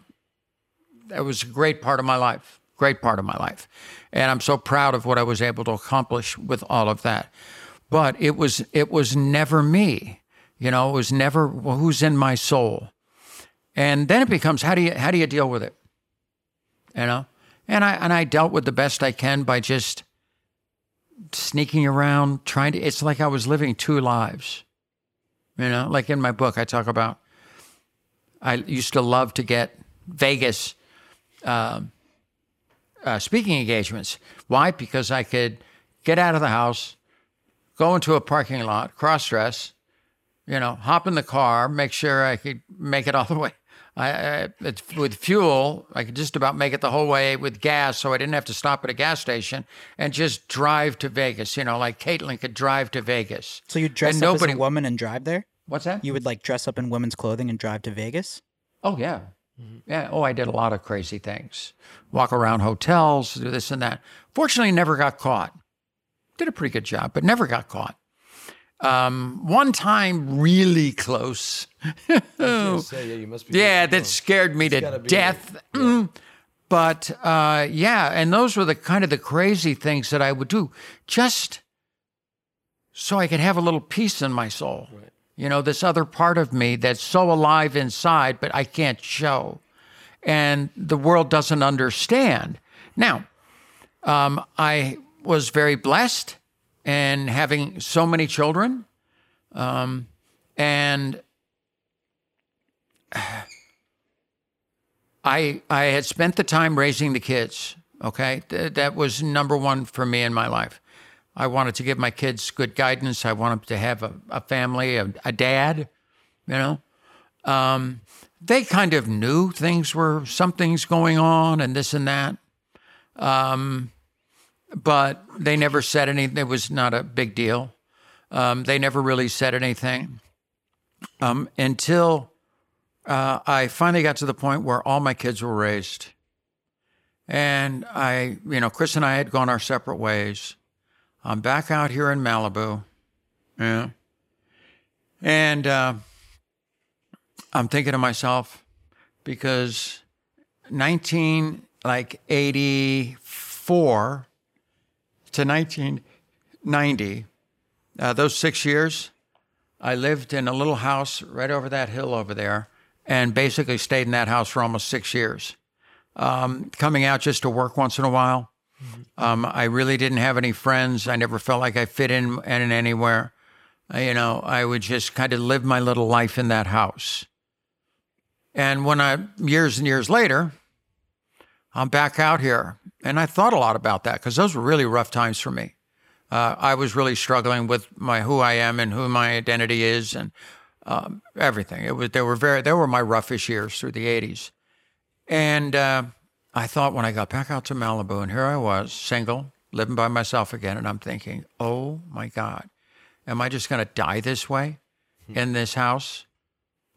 it was a great part of my life, great part of my life. And I'm so proud of what I was able to accomplish with all of that. But it was it was never me. You know, it was never well, who's in my soul. And then it becomes how do you how do you deal with it? You know? And I and I dealt with the best I can by just sneaking around, trying to it's like I was living two lives. You know, like in my book I talk about I used to love to get Vegas um, uh, speaking engagements. Why? Because I could get out of the house, go into a parking lot, cross dress, you know, hop in the car, make sure I could make it all the [LAUGHS] way. I, I it's, with fuel, I could just about make it the whole way with gas, so I didn't have to stop at a gas station and just drive to Vegas. You know, like Caitlin could drive to Vegas. So you dress And up nobody- as a woman and drive there? What's that? You would like dress up in women's clothing and drive to Vegas? Oh yeah. Yeah. Oh, I did a lot of crazy things. Walk around hotels, do this and that. Fortunately, never got caught. Did a pretty good job, but never got caught. Um, one time, really close. [LAUGHS] Yeah, say, yeah, you must be. Yeah, that scared me to gotta be- death. Mm. But uh, yeah, and those were the kind of the crazy things that I would do just so I could have a little peace in my soul. You know, this other part of me that's so alive inside, but I can't show. And the world doesn't understand. Now, um, I was very blessed and having so many children. Um, and I I had spent the time raising the kids. Okay, Th- that was number one for me in my life. I wanted to give my kids good guidance. I wanted to have a, a family, a, a dad. You know, um, they kind of knew things were something's going on and this and that. Um, but they never said anything. It was not a big deal. Um, they never really said anything um, until uh, I finally got to the point where all my kids were raised. And I, you know, Chris and I had gone our separate ways. I'm back out here in Malibu. Yeah. And uh, I'm thinking to myself, because 19, like 84 to 1990, uh, those six years, I lived in a little house right over that hill over there and basically stayed in that house for almost six years. Um, coming out just to work once in a while. Um, I really didn't have any friends. I never felt like I fit in, in anywhere. Uh, you know, I would just kind of live my little life in that house. And when I, years and years later, I'm back out here. And I thought a lot about that because those were really rough times for me uh, I was really struggling with my who I am and who my identity is and um, everything. It was they were very they were my roughest years through the '80s, and uh, I thought when I got back out to Malibu and here I was single, living by myself again, and I'm thinking, oh my God, am I just going to die this way in this house?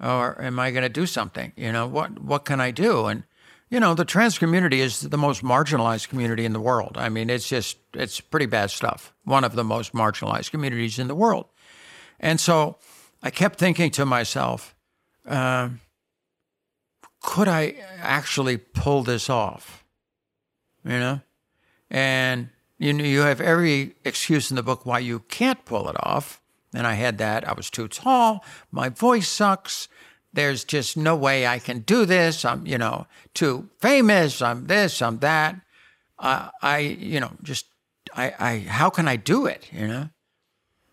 or am I going to do something? You know, what what can I do? And you know, the trans community is the most marginalized community in the world. I mean, it's just it's pretty bad stuff. One of the most marginalized communities in the world. And so, I kept thinking to myself, um, could I actually pull this off? You know, and you know, you have every excuse in the book why you can't pull it off. And I had that. I was too tall. My voice sucks. There's just no way I can do this. I'm, you know, too famous. I'm this. I'm that. I, I, you know, just I, I. How can I do it? You know.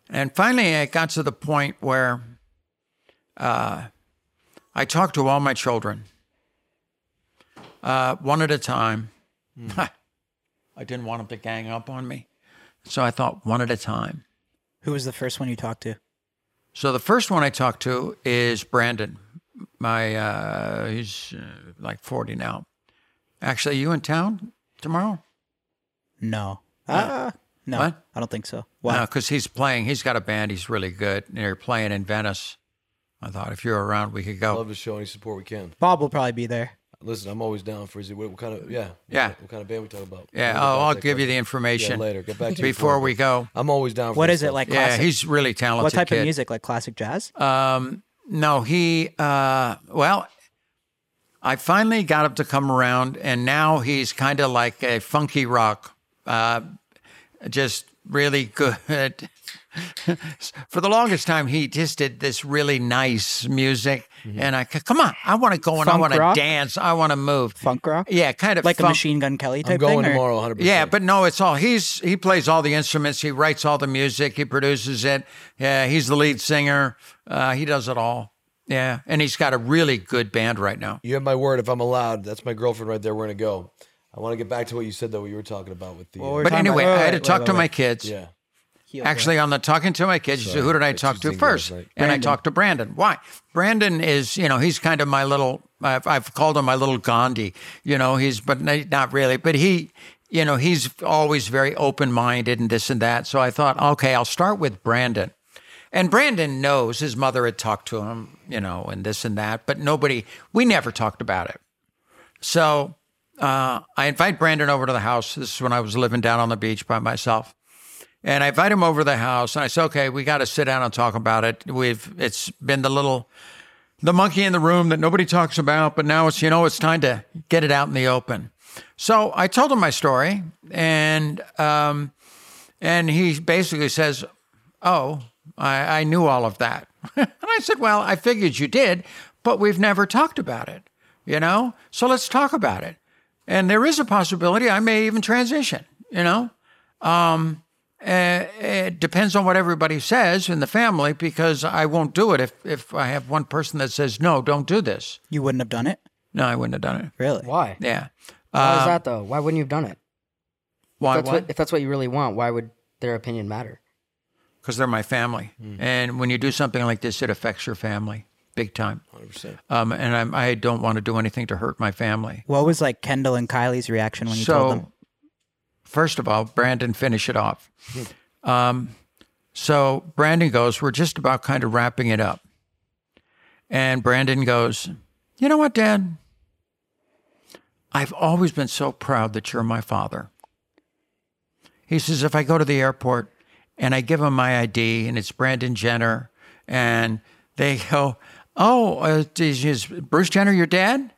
And finally, I got to the point where, uh, I talked to all my children, uh, one at a time. [LAUGHS] I didn't want them to gang up on me. So I thought one at a time. Who was the first one you talked to? So the first one I talked to is Brandon. My uh, he's uh, like 40 now. Actually, you in town tomorrow? No. Ah, No, What? I don't think so. Why? because he's playing. He's got a band. He's really good. And they're playing in Venice. I thought if you're around, we could go. Love to show any support we can. Bob will probably be there. Listen, I'm always down for is it. What, what kind of yeah Yeah. What kind of band we talking about? Yeah, We'll get I'll, back I'll to that give you the question. information Yeah, later. Get back to you before before we go. I'm always down. for What this is it stuff. like? Yeah, classic? he's really talented. What type kid. of music? Like classic jazz? Um, no, he. Uh, well, I finally got him to come around, and now he's kind of like a funky rock, uh, just really good. [LAUGHS] For the longest time, he just did this really nice music, and I c- come on, I want to go and I Mm-hmm. Funk want to rock? dance, I want to move. Funk rock? Yeah, kind of Like a funk- Machine Gun Kelly type I'm going thing? or- tomorrow, 100. yeah, but no, it's all he's he plays all the instruments, he writes all the music, he produces it. Yeah, he's the lead singer. Uh, he does it all. Yeah, and he's got a really good band right now. you have my word. If I'm allowed, that's my girlfriend right there. We're gonna go. I want to get back to what you said though. What you were talking about with the Well, uh, we're But talking anyway, about- I had to wait, talk wait, to wait, my wait. kids. yeah. Heel grip. Actually, on the talking to my kids, so who did I talk just to didn't go first? right. And I Brandon. talked to Brandon. Why? Brandon is, you know, he's kind of my little. I've, I've called him my little Gandhi. You know, he's but n- not really. But he, you know, he's always very open minded and this and that. So I thought, okay, I'll start with Brandon. And Brandon knows his mother had talked to him, you know, and this and that. But nobody, we never talked about it. So uh, I invite Brandon over to the house. This is when I was living down on the beach by myself. And I invite him over to the house, and I say, "Okay, we got to sit down and talk about it. We've it's been the little, the monkey in the room that nobody talks about, but now it's you know it's time to get it out in the open." So I told him my story, and um, and he basically says, "Oh, I, I knew all of that." [LAUGHS] and I said, "Well, I figured you did, but we've never talked about it, you know. So let's talk about it. And there is a possibility I may even transition, you know." Uh, it depends on what everybody says in the family because I won't do it if, if I have one person that says, no, don't do this. You wouldn't have done it? No, I wouldn't have done it. Really? Why? Yeah. Why is Uh, that though? Why wouldn't you have done it? If why? that's what, if that's what you really want, why would their opinion matter? Because they're my family. And when you do something like this, it affects your family big time. 100%. Um, and I'm, I don't want to do anything to hurt my family. What was like Kendall and Kylie's reaction when you told them? so, first of all, Brandon, finish it off. Um, so Brandon goes, We're just about kind of wrapping it up. And Brandon goes, You know what, Dad? I've always been so proud that you're my father. He says, If I go to the airport and I give him my ID and it's Brandon Jenner, and they [LAUGHS] go, Oh, uh, is, is Bruce Jenner your dad?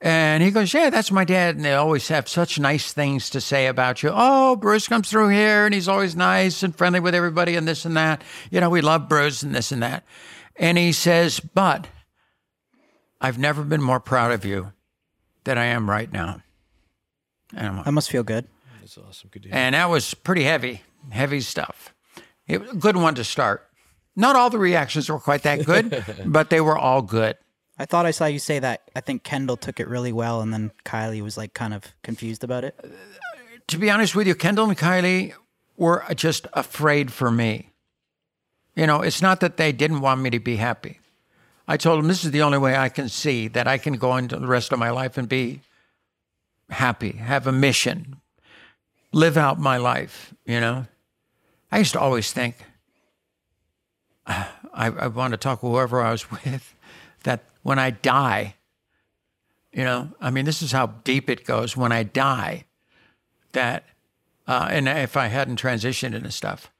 And he goes, Yeah, that's my dad. And they always have such nice things to say about you. Oh, Bruce comes through here and he's always nice and friendly with everybody and this and that. You know, we love Bruce and this and that. And he says, But I've never been more proud of you than I am right now. And I'm like, I must feel good. That's awesome. Good to hear. and that was pretty heavy, heavy stuff. It was a good one to start. Not all the reactions were quite that good, but they were all good. I thought I saw you say that. I think Kendall took it really well, and then Kylie was like kind of confused about it. To be honest with you, Kendall and Kylie were just afraid for me. You know, it's not that they didn't want me to be happy. I told them this is the only way I can see that I can go into the rest of my life and be happy, have a mission, live out my life, you know? I used to always think, "Ah, I, I want to talk to whoever I was [LAUGHS] with that when I die, you know, I mean, this is how deep it goes. When I die, that, uh, and if I hadn't transitioned into stuff,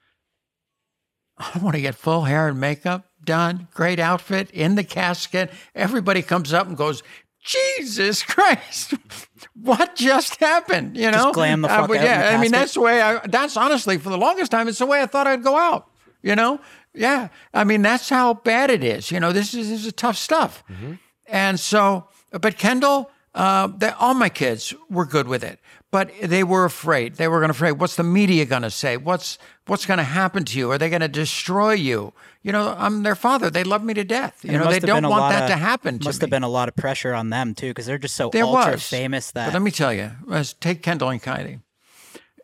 I want to get full hair and makeup done, great outfit in the casket. Everybody comes up and goes, Jesus Christ, [LAUGHS] what just happened? You know, glam the fuck but out in Yeah, the I mean casket. that's the way. I, that's honestly for the longest time, it's the way I thought I'd go out. You know, yeah. I mean that's how bad it is. You know, this is, this is tough stuff. Mm-hmm. And so, but Kendall, uh, they, all my kids were good with it, but they were afraid. They were going to afraid. What's the media going to say? What's what's going to happen to you? Are they going to destroy you? You know, I'm their father. They love me to death. You And it know, must have they don't been a want lot that of- to happen to Must me. have been a lot of pressure on them too, because they're just so There ultra was. famous that But let me tell you, let's take Kendall and Kylie,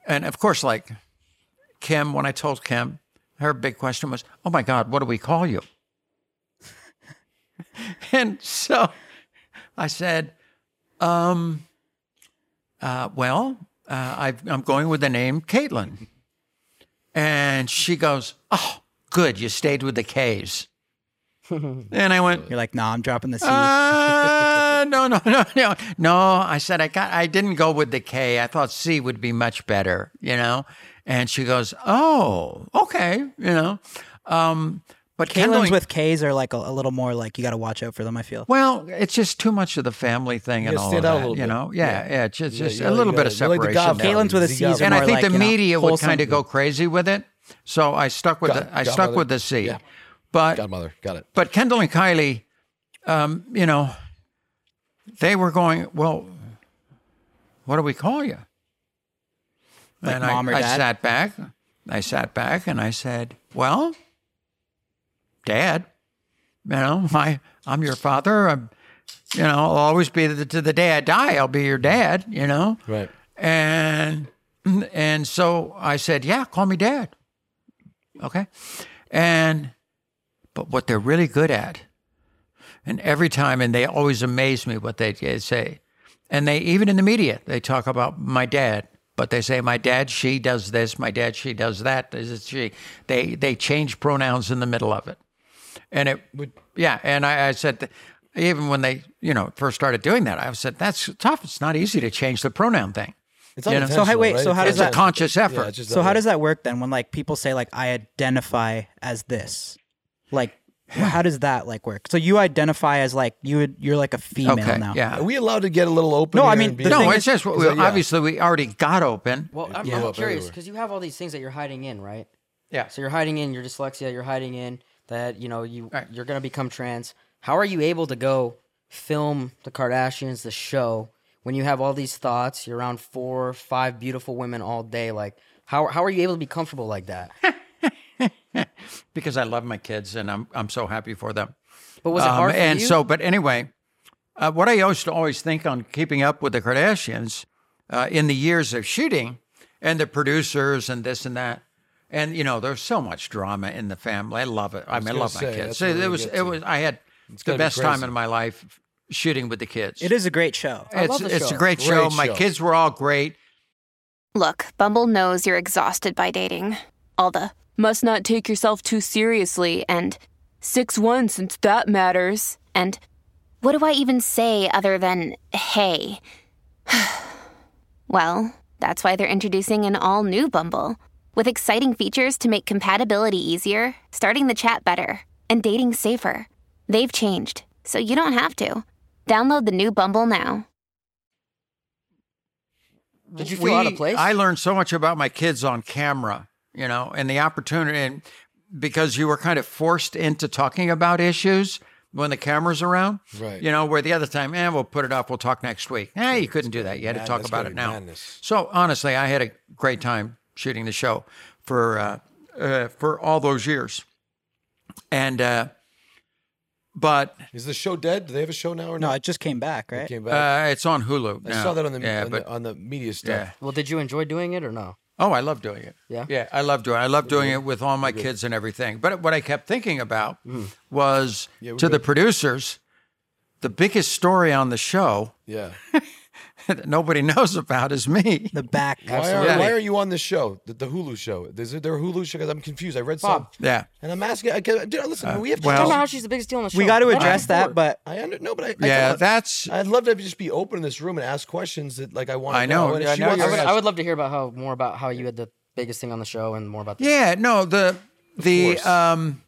and of course, like Kim. When I told Kim, her big question was, "Oh my God, what do we call you?" [LAUGHS] and so I said, um, uh, "Well, uh, I've, I'm going with the name Caitlin." And she goes, Oh, good. You stayed with the K's. and I went, You're like, nah, I'm dropping the C. uh, no, no, [LAUGHS] no, no, no. I said I got. I didn't go with the K. I thought C would be much better, you know. And she goes, "Oh, okay, you know." Um, but Kalen's kindling- with K's are like a, a little more like you got to watch out for them. I feel. well, it's just too much of the family thing and gotta all stand of out a that, little you bit. know. Yeah, yeah, it's just, just you- a little you bit of gotta- you're like the separation. Godfather. there. Kalen's with a You C got is it. and I more think like, the you know, media would wholesome. kind of go crazy with it. So I stuck with Got- the I stuck godmother. with the C, Yeah. but Godmother, got it. but Kendall and Kylie, um, you know, they were going, well, what do we call you? Like and mom I, or I dad? sat back. I sat back and I said, well, dad, you know, I, I'm your father. I'm, you know, I'll always be the, to the day I die. I'll be your dad, you know? Right. And and so I said, "Yeah, call me dad." Okay? And but what they're really good at and every time and they always amaze me what they they say. And they even in the media, they talk about my dad, but they say my dad she does this, my dad she does that, this is she. They they change pronouns in the middle of it. And it would, yeah. And I, I said, that- even when they, you know, first started doing that, I said, that's tough. It's not easy to change the pronoun thing. It's You know, unintentional, so how- wait, right? so how It's does that- unintentional. Conscious effort. Yeah, it's just So how does that work then? When like people say like I identify as this, like wh- how does that like work? So you identify as like you would you're like a female okay. now. Are Yeah. we allowed to get a little open? No, I here mean, and be the like- No, thing it's just, we, yeah. obviously, we already got open. Well, I'm, blew I'm up curious everywhere. because you have all these things that you're hiding in, right? Yeah. So you're hiding in your dyslexia. You're hiding in that you know you Right. you're gonna become trans. How are you able to go film the Kardashians, the show, when you have all these thoughts? You're around four, five beautiful women all day. Like, how how are you able to be comfortable like that? Because I love my kids and I'm, I'm so happy for them. But was it Um, hard for and you? so, but anyway, uh, what I used to always think on keeping up with the Kardashians uh, in the years of shooting and the producers and this and that. And you know, there's so much drama in the family. I love it. I, mean, I gonna love my say, kids. that's what It, we was, get it to. was. I had the gotta be best time crazy. in my life shooting with the kids. It is a great show. I It's, love the it's a show. great, Great show. My show. kids were all great. Look, Bumble knows you're exhausted by dating. All the must not take yourself too seriously and 6 1 since that matters. And What do I even say other than hey? [SIGHS] well, that's why they're introducing an all new Bumble with exciting features to make compatibility easier, starting the chat better, and dating safer. They've changed, so you don't have to. Download the new Bumble now. Did you feel out of we- place? I learned so much about my kids on camera, you know, and the opportunity, and because you were kind of forced into talking about issues when the camera's around, Right. You know, where the other time, eh, we'll put it off, we'll talk next week. Eh, you couldn't do that. You had to Mad- talk that's about gotta it be now. madness. So honestly, I had a great time shooting the show for uh, uh, for all those years, and uh, but Is the show dead? Do they have a show now or No, not? it just came back, right? Came back. uh, it's on Hulu. I now. saw that on the, yeah, on, but the on the media stuff. yeah. well, did you enjoy doing it or no? Oh, I love doing it. Yeah? Yeah, I love doing it. I love doing it with all my kids and everything. But what I kept thinking about was Mm-hmm. Yeah, we're to the good. producers, the biggest story on the show [LAUGHS] Yeah. that nobody [LAUGHS] knows about is me. [LAUGHS] The back. Why are, Yeah. why are you on this show? The, the Hulu show. Is it there a Hulu show? Because I'm confused. I read Bob. some. Yeah. And I'm asking. I, can- dude, listen, we have Uh, to. well- I don't know talk- how she's the biggest deal in the show. we got to What address happened that, before? but I under, no, but I, I Yeah, thought- that's I'd love to just be open in this room and ask questions that like I want. I know. And I she know wants I you're to would, Yes. I would love to hear about how more about how you had the biggest thing on the show and more about the Yeah, no, the the course. um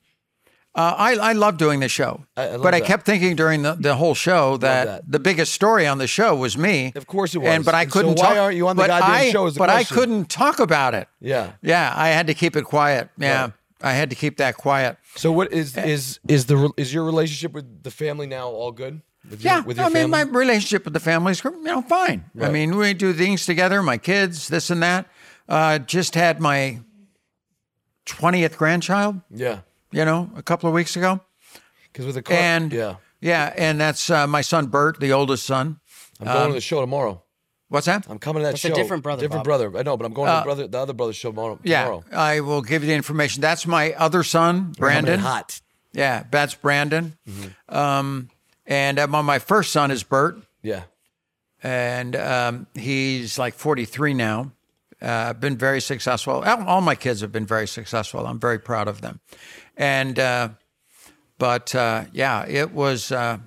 uh, I I love doing the show. I- I love but I that. kept thinking during the, the whole show that, that. the biggest story on the show was me. Of course it was. And but I And so couldn't why talk- aren't you on the but goddamn I- show is the But question. I couldn't talk about it. Yeah. Yeah, I had to keep it quiet. Yeah, I had to keep that quiet. So what is Eh. is is the re- is your relationship with the family now all good? With your, Yeah, with your I mean, family? my relationship with the family is you know fine. I mean, we do things together, my kids, this and that. Uh, just had my twentieth grandchild, yeah, you know, a couple of weeks ago, because with the car, and yeah, yeah, and that's uh, my son Bert, the oldest son. I'm going um, to the show tomorrow. What's that? I'm coming to that That's a show. different brother, different Bob. brother. I know, but I'm going to the brother, the other brother's show tomorrow. Uh, Yeah, tomorrow. I will give you the information. That's my other son, Coming in Brandon. hot. Mm-hmm. Yeah, that's Brandon. Um, and uh, my my first son is Bert. Yeah, and um, he's like 43 now. uh, been very successful. All all my kids have been very successful. I'm very proud of them. And, uh, but uh, yeah, it was, uh,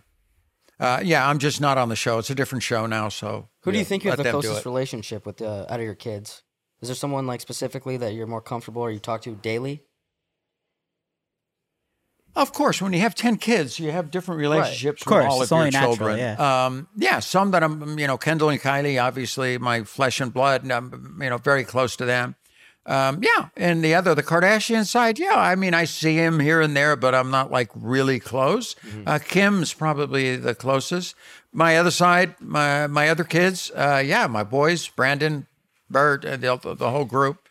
uh, yeah, I'm just not on the show. It's a different show now. So Who do you think you have let the them do closest it. relationship with uh, out of your kids? Is there someone like specifically that you're more comfortable or you talk to daily? Of course, when you have ten kids, you have different relationships Of course, with all it's of your only natural, children. yeah. Um, yeah, some that I'm, you know, Kendall and Kylie, obviously my flesh and blood, and I'm, you know, very close to them. Um, yeah, and the other, the Kardashian side, yeah, I mean, I see him here and there, but I'm not like really close. Mm-hmm. Uh, Kim's probably the closest. My other side, my my other kids, uh, yeah, my boys, Brandon, Bert, uh, the, the whole group,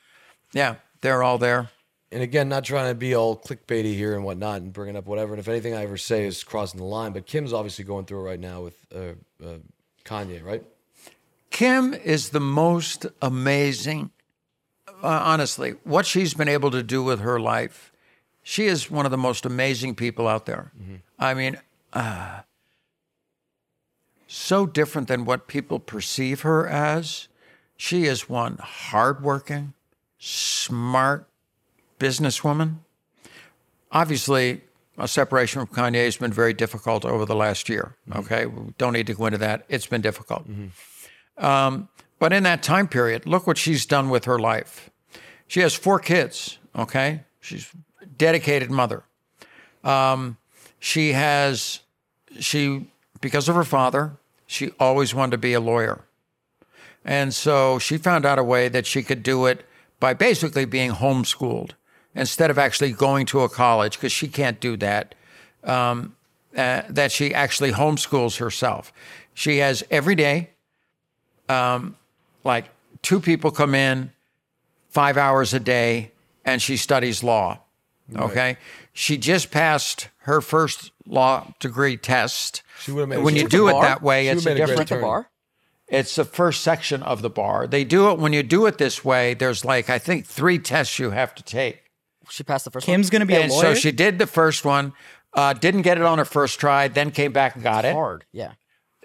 yeah, they're all there. And again, not trying to be all clickbaity here and whatnot and bringing up whatever. And if anything I ever say is crossing the line, but Kim's obviously going through it right now with uh, uh, Kanye, right? Kim is the most amazing, uh, honestly, what she's been able to do with her life. She is one of the most amazing people out there. I mean, uh, so different than what people perceive her as. She is one hardworking, smart businesswoman. Obviously, a separation from Kanye has been very difficult over the last year. Okay, we don't need to go into that. It's been difficult. Um, but in that time period, look what she's done with her life. She has four kids, okay? She's a dedicated mother. Um, she has, she, because of her father, she always wanted to be a lawyer. And so she found out a way that she could do it by basically being homeschooled instead of actually going to a college, because she can't do that um, uh, that she actually homeschools herself. She has every day, um, like two people come in, five hours a day, and she studies law. Okay, she just passed her first law degree test. She would've made- when she you took the do it bar. that way, She it's a would've made a great different. attorney. Bar? It's the first section of the bar. They do it when you do it this way. There's like I think three tests you have to take. She passed the first Kim's gonna be and a lawyer. so she did the first one, uh, didn't get it on her first try, then came back and got one. it. Hard. Yeah.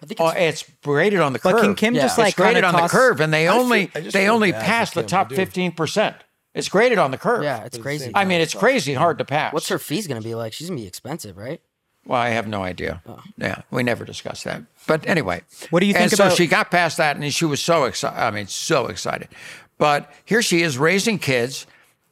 I think Oh, it's, it's graded on the But curve. can Kim just, It's like, graded kinda on the toss- curve, and they only I just they feel only bad for pass the Kim, I top do. fifteen percent. It's graded on the curve. yeah, it's crazy. I mean, it's crazy hard to pass. What's her fees going to be like? She's going to be expensive, right? Well, I have no idea. Yeah, we never discussed that. But anyway, Oh. What do you and think so about- she got past that, and she was so excited. I mean, so excited. But here she is raising kids,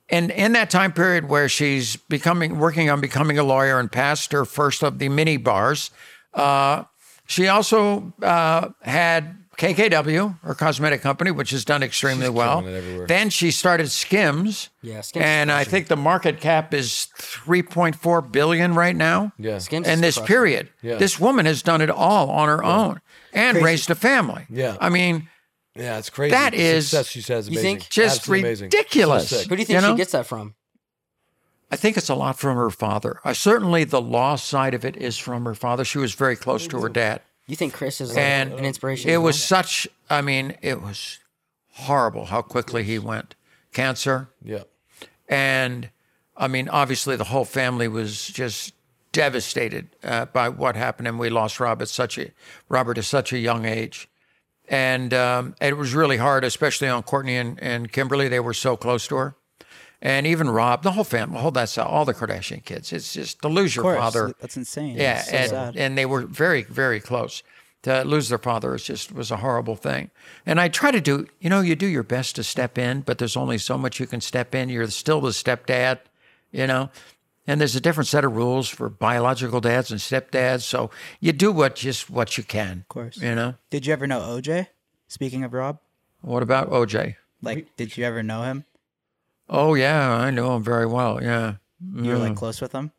and in that time period where she's becoming, working on becoming a lawyer, and passed her first of the mini bars, uh, she also uh, had KKW, her cosmetic company, which has done extremely well. killing it everywhere. Then she started Skims. Yeah, Skims is and I think the market cap is 3.4 billion right now. Yeah. Skims is And this crushing. period, Yeah. this woman has done it all on her own and raised a family. Yeah. I mean, Yeah, it's crazy. That The is- success she says. you Amazing. think? just Absolutely amazing. So ridiculous. sick. Who do you think You know? she gets that from? I think it's a lot from her father. Uh, certainly, the law side of it is from her father. She was very close to her dad. You think Chris is like, and an inspiration? It as well? was such. I mean, it was horrible how quickly he went cancer, Yeah. and I mean, obviously the whole family was just devastated uh, by what happened, and we lost Rob at such a Robert at such a young age, and um, it was really hard, especially on Courtney and, and Kimberly. They were so close to her. And even Rob, the whole family, whole that's all the Kardashian kids. It's just to lose your Of course. father. That's insane. Yeah, It's so and, sad. and they were very, very close. To lose their father is just was a horrible thing. And I try to do, you know, you do your best to step in, but there's only so much you can step in. You're still the stepdad, you know. And there's a different set of rules for biological dads and stepdads. So you do what just what you can. Of course. You know. Did you ever know OJ? Speaking of Rob, What about OJ? like, did you ever know him? Oh yeah, I know him very well. Yeah. You were Mm. like close with him.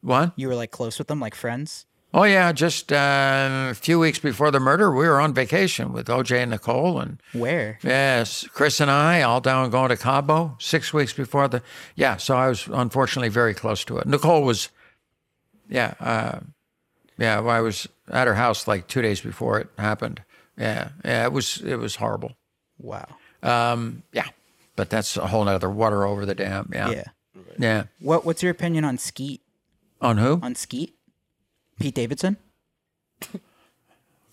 What? You were like close with him, like friends. Oh yeah, just uh, a few weeks before the murder, we were on vacation with OJ and Nicole and Where? Yes, Chris and I all down going to Cabo six weeks before the. Yeah, so I was unfortunately very close to it. Nicole was, yeah, uh, yeah. well, I was at her house like two days before it happened. Yeah, yeah. It was it was horrible. Wow. Um, yeah, but that's a whole nother water over the dam. Yeah, Yeah. yeah. What What's your opinion on Skeet? On who? On Skeet? Pete Davidson?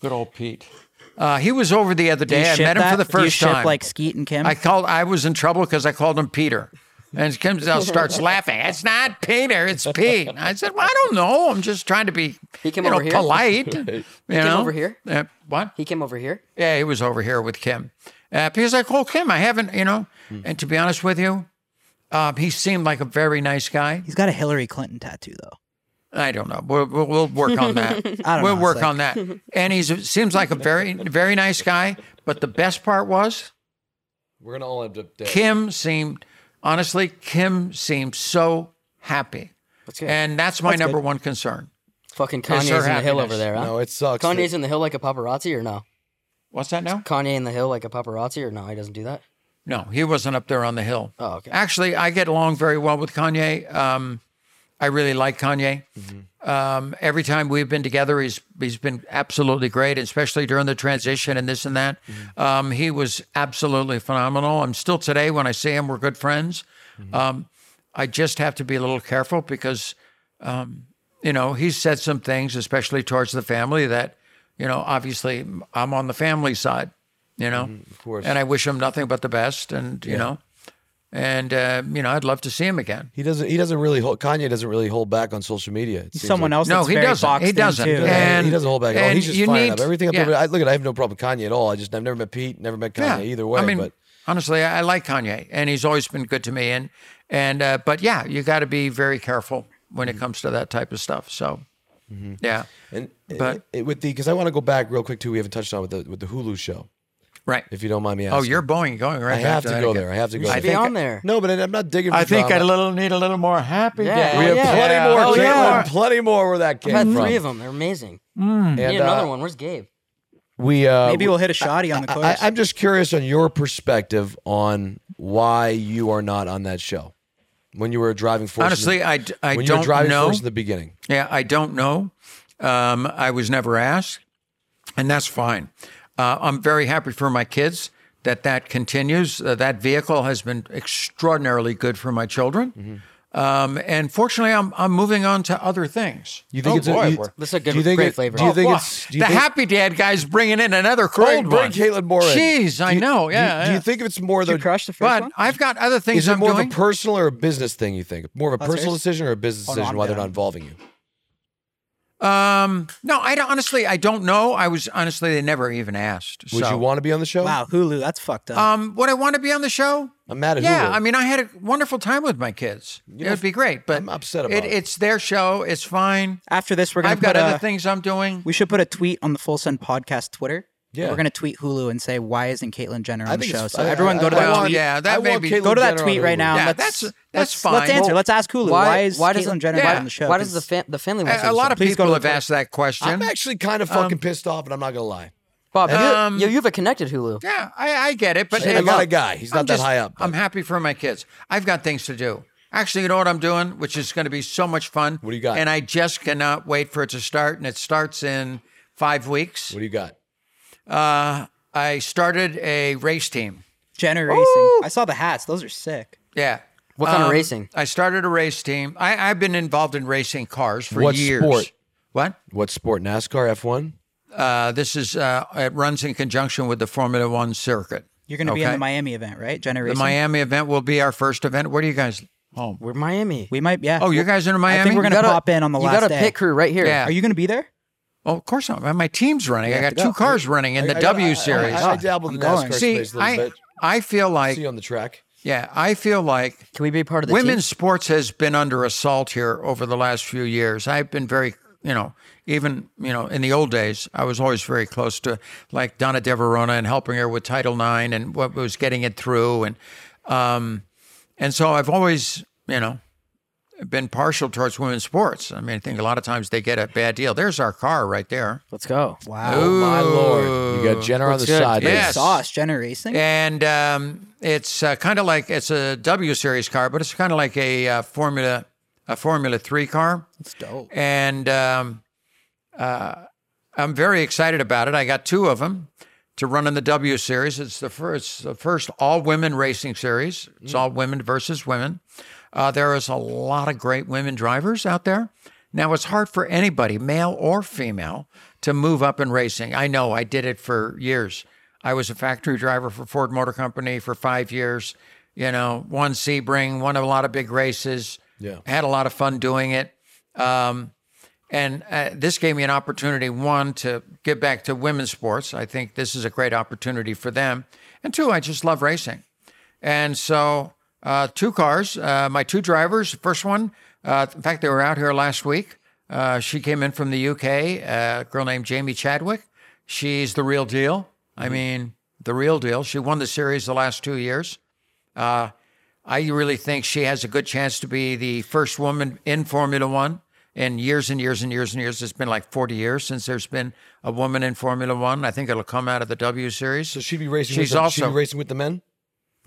Good old Pete. Uh, he was over the other Do you day. I ship met him that? for the Do you first ship, time. like Skeet and Kim. I called. I was in trouble because I called him Peter, and [LAUGHS] Kim now starts laughing. It's not Peter. It's Pete. And I said, "Well, I don't know. I'm just trying to be, He came you know, over here? [LAUGHS] polite. You know, over here? Uh, what? He came over here. Yeah, he was over here with Kim. Uh, because I called Kim. I haven't, you know. Hmm. And to be honest with you, um, he seemed like a very nice guy. He's got a Hillary Clinton tattoo though. I don't know. We'll, we'll, we'll work on [LAUGHS] that. I don't we'll know. It's work like- on that. And he seems like a very, very nice guy. But the best part was We're gonna all end up dead. Kim seemed, honestly, Kim seemed so happy. That's good. And that's my That's number good. one concern. Fucking her Kanye's in the hill happiness. over there, huh? No, it sucks. Kanye's in the hill like a paparazzi or no? What's that now? Kanye in the hill like a paparazzi or no? He doesn't do that. No, he wasn't up there on the hill. Oh, okay. Actually, I get along very well with Kanye. Um, I really like Kanye. Um, every time we've been together, he's he's been absolutely great, especially during the transition and this and that. Um, he was absolutely phenomenal. I'm still today when I see him, we're good friends. Um, I just have to be a little careful because, um, you know, he said some things, especially towards the family, that you know, obviously, I'm on the family side. You know, of Mm-hmm, course. and I wish him nothing but the best. And you know, and uh, you know, I'd love to see him again. He doesn't. He doesn't really. Hold, Kanye doesn't really hold back on social media. it He's seems someone like. else. No, that's he very doesn't. boxed He in, doesn't. too. Yeah, And- he doesn't hold back at all. and He's just you fired need- up. Everything I've yeah. ever, I look at. I have no problem with Kanye at all. I just I've never met Pete. Never met Kanye either way. I mean, but honestly, I I like Kanye, and he's always been good to me. And and uh, but yeah, you got to be very careful when Mm-hmm. it comes to that type of stuff. So yeah, and but- it- with the because I want to go back real quick too. We haven't touched on with the with the Hulu show. right. If you don't mind me asking. oh, you're going going right. I back have to that go again. there. I have to go. should there. be on there. No, but I'm not digging. For I think I drama. little need a little more happy Yeah. day. We We have Yeah. plenty more. Oh, Caitlin, yeah. plenty more where that I've came had from. three of them. They're amazing. And, Need another uh, one. Where's Gabe? We uh, Maybe we'll hit a shoddy on the I, chorus. I'm just curious on your perspective on why you are not on that show when you were a driving force. in Honestly, the- I, d- I when you were a don't driving know. force in the beginning. Yeah, I don't know. Um, I was never asked, and that's fine. Uh, I'm very happy for my kids that that continues. Uh, that vehicle has been extraordinarily good for my children. Mm-hmm. Um, and fortunately, I'm, I'm moving on to other things. You think Oh, it's a- boy, you- we're- This is a good, Do you think great it- flavor. do you Oh, think wow. it's- do you the think- Happy Dad guy's bringing in another Bring, cold bring one? Caitlin Moore. in. Jeez, I Do you- know. do you- Yeah. Do you yeah. think it's more you the crushed the first But one. I've got other things is it I'm more doing. of a personal or a business thing? You think more of a That's personal yours. decision or a business Oh, no, decision? I'm why they're down. not involving you? um, no, I don't, honestly, I don't know. I was honestly, they never even asked. Would so. you want to be on the show? wow, Hulu, that's fucked up. Um, would I want to be on the show? I'm mad at Yeah, Hulu. I mean, I had a wonderful time with my kids. it would be great, but I'm upset about it. It's their show. It's fine. After this, we're gonna I've got put uh, other a- things I'm doing. We should put a tweet on the Full Send podcast Twitter. Yeah. We're gonna tweet Hulu and say why isn't Caitlyn Jenner on I the think show? it's- So I- everyone I- go to I that want- tweet. yeah, that I may want be- Caitlyn Go to that Jenner tweet on right Hulu. now. Yeah, let's, that's- let's- that's Let's fine. answer. Well, let's ask Hulu why- why, is why why doesn't- Caitlyn Jenner yeah. not on the show? Why does the 'Cause fam- the family? A- watch a this lot show? of Please go people to have Twitter. asked that question. I'm actually kind of fucking pissed off, and I'm not gonna lie. Bob, you- Um, you, you've a connected Hulu. yeah, I, I get it, but I hey, got look, a guy. He's I'm not that just- high up. I'm happy for my kids. I've got things to do. Actually, you know what I'm doing, which is going to be so much fun. What do you got? And I just cannot wait for it to start. And it starts in five weeks. Uh, What do you got? I started a race team. Jenner racing. I saw the hats. Those are sick. Yeah. Um, What kind of racing? I started a race team. I, I've been involved in racing cars for What years. sport? What? What sport? NASCAR, F1. Uh, this is uh, it runs in conjunction with the Formula One circuit. You're gonna be in Okay. the Miami event, right? Jenner The racing. Miami event will be our first event. Where do you guys? Oh, We're Miami. We might. Yeah. oh, you guys are in Miami. I think we're gonna You got a- pop in on the you last got a day. pit crew right here. Yeah. Are you gonna be there? Oh, of course not. My team's running. I have got to two go. cars running in the I- I gotta- W I- I- series. I, dabbled in I'm NASCAR going. See, space a little I bit. I feel like See you on the track. yeah, I feel like Can we be part of the women's sports has been under assault here over the last few years. I've been very, you know, even you know, in the old days, I was always very close to like Donna Deverona and helping her with Title IX and what was getting it through, and um, and so I've always, you know, been partial towards women's sports. I mean, I think a lot of times they get a bad deal. There's our car right there. team? Let's go. Wow. Oh my lord! You got Jenner on the Looks good. side. Yes. Sauce Jenner racing. and um, it's uh, kind of like it's a W series car, but it's kind of like a uh, Formula a Formula Three car. It's dope. Oh. And um, uh, I'm very excited about it. I got two of them to run in the W series. It's the first the first all women racing series. It's all women versus women. Uh, there is a lot of great women drivers out there. Now it's hard for anybody, male or female, to move up in racing. I know I did it for years. I was a factory driver for Ford Motor Company for five years. You know, won Sebring, won a lot of big races. Yeah. had a lot of fun doing it. Um, and uh, this gave me an opportunity, one, to get back to women's sports. I think this is a great opportunity for them. And two, I just love racing. And so, uh, two cars, uh, my two drivers, first one, uh, in fact, they were out here last week. Uh, she came in from the UK, uh, a girl named Jamie Chadwick. She's the real deal. I mean, the real deal. She won the series the last two years. Uh, I really think she has a good chance to be the first woman in Formula One in years and years and years and years. It's been like 40 years since there's been a woman in Formula One. I think it'll come out of the W Series. So she'd be racing. She's with the, she'd also- be racing with the men.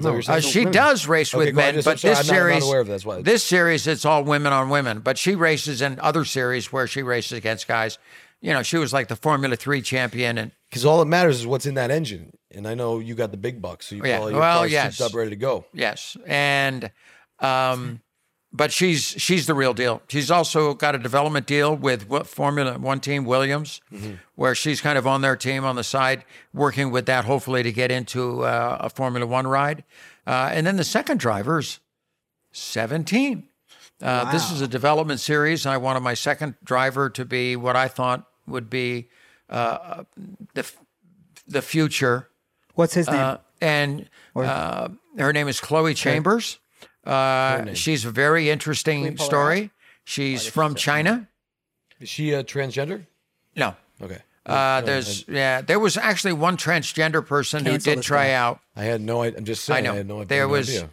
No, Uh, she does race Okay, with go on, men, just- I'm but sorry, this I'm not- I'm not series, aware of this. What- this series, it's all women on women. But she races in other series where she races against guys. You know, she was like the Formula Three champion, and because all that matters is what's in that engine. And I know you got the big bucks, so you Yeah, probably your well, car souped yes. up ready to go. yes, and um, but she's she's the real deal. She's also got a development deal with what Formula One team Williams, where she's kind of on their team on the side, working with that hopefully to get into uh, a Formula One ride. Uh, and then the second driver's seventeen. Uh, This is a development series, and I wanted my second driver to be what I thought would be uh, the f- the future What's his name? uh, and uh, her name is Chloe Chambers. Uh, she's a very interesting story. She's from China. Is she a transgender? No, Okay. uh, there's yeah, there was actually one transgender person Cancel who did this try guy. out. I had no. I- I'm just I saying. I, know had no. I had there no was idea.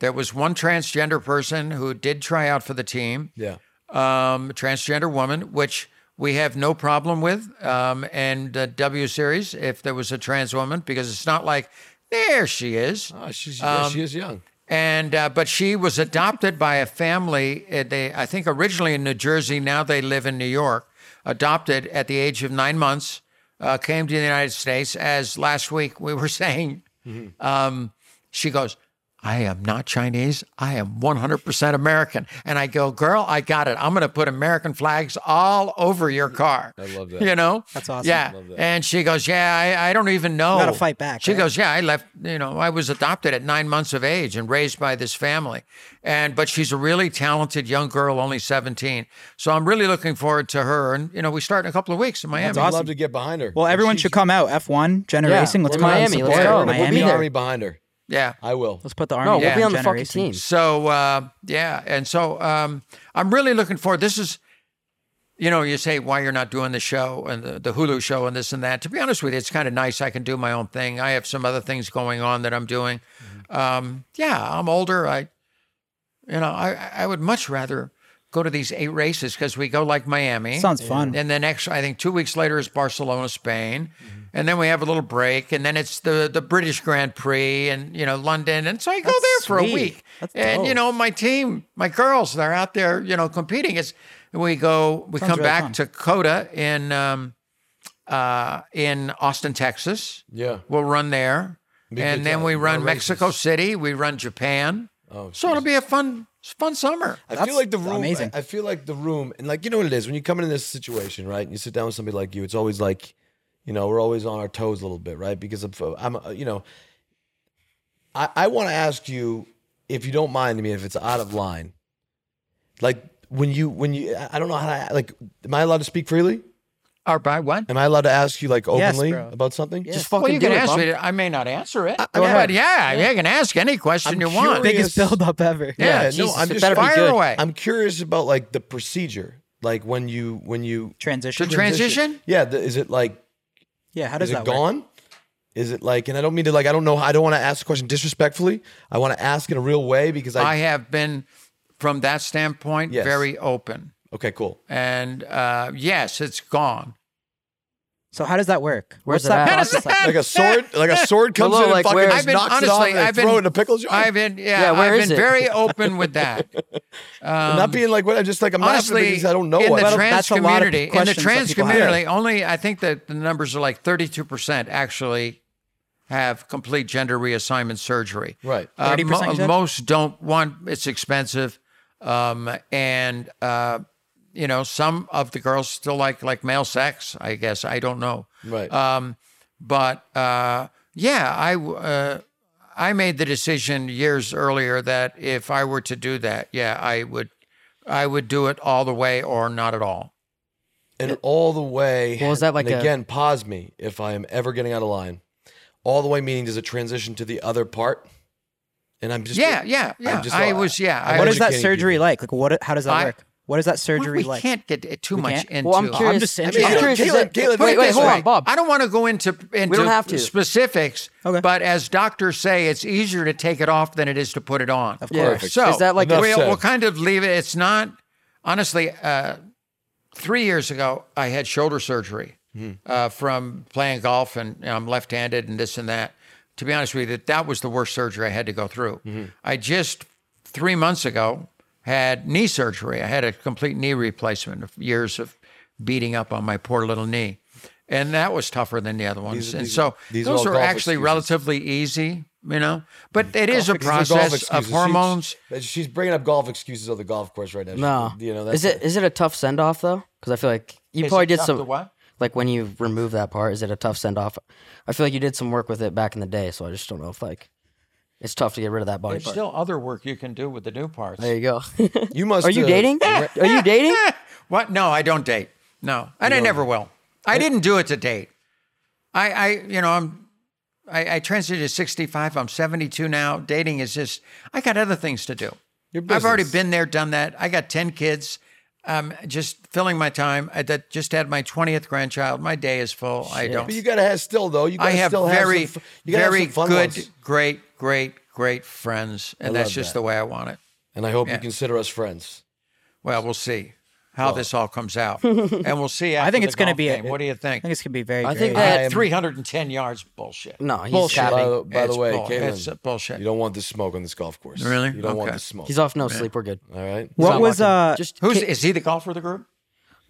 there was one transgender person who did try out for the team. Yeah. um, transgender woman, which we have no problem with. Um, and uh, W Series, if there was a trans woman, because it's not like there she is. Ah, she's yeah, Um, she is young. And uh, but she was adopted by a family. uh, They, I think, originally in New Jersey. Now they live in New York. Adopted at the age of nine months, uh, came to the United States. As last week we were [LAUGHS] saying, Mm-hmm. um, she goes, "I am not Chinese. I am 100% American." And I go, "Girl, I got it. I'm going to put American flags all over your car." I love that. You know, That's awesome. Yeah. And she goes, "Yeah, I, I don't even know." gotta fight back, eh? She right? goes goes, "Yeah, I left. You know, I was adopted at nine months of age and raised by this family, and but she's a really talented young girl, only seventeen. So I'm really looking forward to her. And you know, we start in a couple of weeks in Miami. I'd love to get behind her. well, And everyone she's- should come out. F1 Gen Yeah, Racing. Let's we're come out and Miami, let's support go. it. We'll be Miami. We'll be there. already behind her. Yeah. I will. Let's put the No, army. we'll down, be on the Gen fucking Racing. team. So uh, yeah, and so um, I'm really looking forward. This is, you know, you say why you're not doing the show and the, the Hulu show and this and that. To be honest with you, it's kind of nice. I can do my own thing. I have some other things going on that I'm doing. Um, yeah, I'm older. I, you know, I I would much rather go to these eight races because we go like Miami. Sounds fun. And then next, I think two weeks later is Barcelona, Spain, and then we have a little break, and then it's the the British Grand Prix, and you know London, and so I go That's there for sweet. a week, That's and you dope. know my team, my girls, they're out there, you know, competing. It's we go, we Sounds come really back fun. to Coda in um, uh, in Austin, Texas. Yeah. We'll run there, Be and good then time. we More run races. Mexico City, we run Japan. Oh, so it'll be a fun fun summer. I That's feel like the room. amazing. I, I feel like the room, and like you know what it is when you come into this situation, right? And you sit down with somebody like you. It's always like, you know, we're always on our toes a little bit, right? Because of, I'm, uh, you know, I, I want to ask you if you don't mind me if it's out of line, like when you when you I I don't know how to like. Am I allowed to speak freely? Or by what? Am I allowed to ask you like openly bro. about something? Just Well, fucking you can do it, ask bum. me. I may not answer it. I- yeah, ahead. but yeah, you can ask any question I'm you want. curious. Biggest build up ever. Yeah. yeah, Jesus, no, I'm it just better be fire good. away. I'm curious about like the procedure, like when you when you Transition. the transition? yeah, the, is it like Yeah. How does is it that work? gone? Is it like, and I don't mean to like, I don't know, I don't want to ask the question disrespectfully. I want to ask in a real way because I, I have been, from that standpoint, Yes. very open. okay, cool. And uh, yes, it's gone. So how does that work? Where's What's that it at? process like? Like a [LAUGHS] sword, like a sword comes Hello, in and like, fucking where- just I've been knocks honestly. it off and they I've been throw it in a pickle jar. I've been yeah. Yeah, where I've is been it? very open with [LAUGHS] that. I'm not being like, what, I'm just like, I'm laughing um, honestly, because I don't know in what. the Well, trans that's a lot of community, in the questions that trans people have. community, only I think that the numbers are like 32% actually have complete gender reassignment surgery. Right. Uh, 30% you said? most don't want. It's expensive, um, and uh, you know, some of the girls still like like male sex. I guess I don't know. Right. Um, but uh, yeah, I w- uh, I made the decision years earlier that if I were to do that, yeah, I would I would do it all the way or not at all. and all the way. Well, is that like and a- again? Pause me if I am ever getting out of line. All the way meaning does it transition to the other part? And I'm just yeah, yeah, yeah. just- I was yeah. I What was, is that educating surgery people. like? Like what? How does that I- work? What is that Well, surgery we like? can't get too We much can't? into. Well, I'm curious. just I'm interested. curious, is Caleb, it- Caleb, wait, put it wait, this hold way. on, Bob. I don't want to go into into don't have to. specifics, Okay. but as doctors say, it's easier to take it off than it is to put it on. Of Yeah. Perfect. So Is that like Enough we'll, said. we'll kind of leave it. It's not honestly. Uh, three years ago, I had shoulder surgery Hmm. uh, from playing golf, and you know, I'm left-handed, and this and that. To be honest with you, that that was the worst surgery I had to go through. Hmm. I just three months ago had knee surgery. I had a complete knee replacement of years of beating up on my poor little knee, and that was tougher than the other ones. and so these are those all are, golf actually excuses. relatively easy, you know. But it is a These are golf process of excuses. She- hormones. She's, bringing up golf excuses on the golf course right now. She- No. you know that's is it is it a tough send off though? Because I feel like you probably did some. what? Like when you remove that part, is it a tough send off? I feel like you did some work with it back in the day, so I just don't know if like it's tough to get rid of that body There's part. still other work you can do with the new parts. there [LAUGHS] you go. [LAUGHS] You must. Are you uh, dating? Are [LAUGHS] you dating? What? No, I don't date. No, and I never will. I didn't do it to date. I, I, you know, I'm. I, I transited to 65. I'm 72 now. Dating is just. I got other things to do. Your I've already business. been there, done that. I got 10 kids. Um, just filling my time. I that just had my 20th grandchild. My day is full. I don't. But you gotta have still though. You I gotta have still very, have some, fu- you gotta have very some fun good, ones. great, great, great friends, and that's love just that. the way I want it. And I hope Yeah. you consider us friends. Well, we'll see how this all comes out, and we'll see. After I think the it's going to golf be. game. A, what do you I think? think it's going to be very. I think great. that- Uh, 310 yards, bullshit. No, he's Bullshit. By, capping. the- by It's the way, bull- Caitlin, it's bullshit. You don't want the smoke on this golf course. Really? You don't want Okay. the smoke. He's off no sleep. We're good. All right. He's What not was, walking. uh, Just Who's ki- is he? The golfer of the group?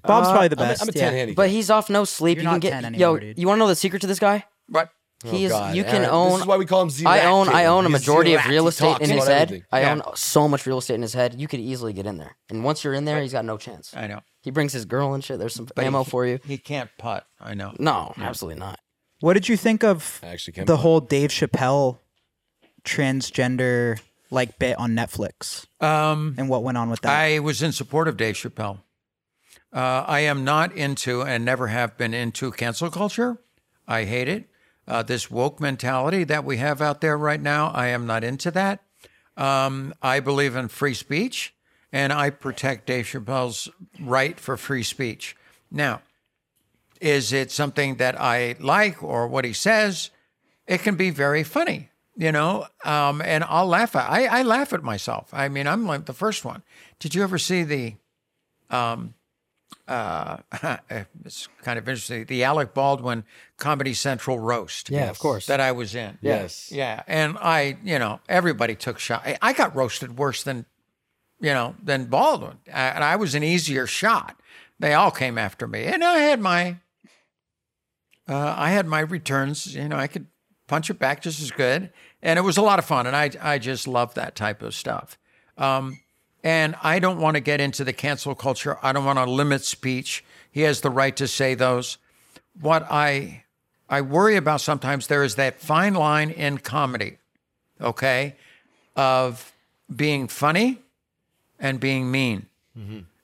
Bob's probably the I'm a- best. I'm a yeah. 10 handicap. But he's off no sleep. You're you can not get 10 yo. anymore, dude. You want to know the secret to this guy? What? He is. Oh, God, You can Aaron, own. This is why we call him Z. I own. I own a He's majority of Z-Rack. real He estate talks in his about head. everything. I Yeah. own so much real estate in his head. You could easily get in there, and once you're in there, he's got no chance. I know. He brings his girl and shit. There's some But ammo he- for you. He can't putt. I know. No, absolutely not. What did you think of I actually can't. the whole Dave Chappelle transgender like bit on Netflix Um, and what went on with that? I was in support of Dave Chappelle. Uh, I am not into and never have been into cancel culture. I hate it. Uh, this woke mentality that we have out there right now, I am not into that. Um, I believe in free speech and I protect Dave Chappelle's right for free speech. Now, is it something that I like or what he says? It can be very funny, you know, um, and I'll laugh at I, I laugh at myself. I mean, I'm like the first one. Did you ever see the um uh [LAUGHS] it's kind of interesting, the Alec Baldwin Comedy Central roast. Yeah, of course. That I was in. Yes. Yeah. And I, you know, everybody took shot. I, I got roasted worse than, you know, than Baldwin. I, and I was an easier shot. They all came after me. And I had my, uh, I had my returns. You know, I could punch it back just as good. And it was a lot of fun. And I, I just love that type of stuff. Um, and I don't want to get into the cancel culture. I don't want to limit speech. He has the right to say those what I I worry about sometimes there is that fine line in comedy, okay, of being funny and being mean.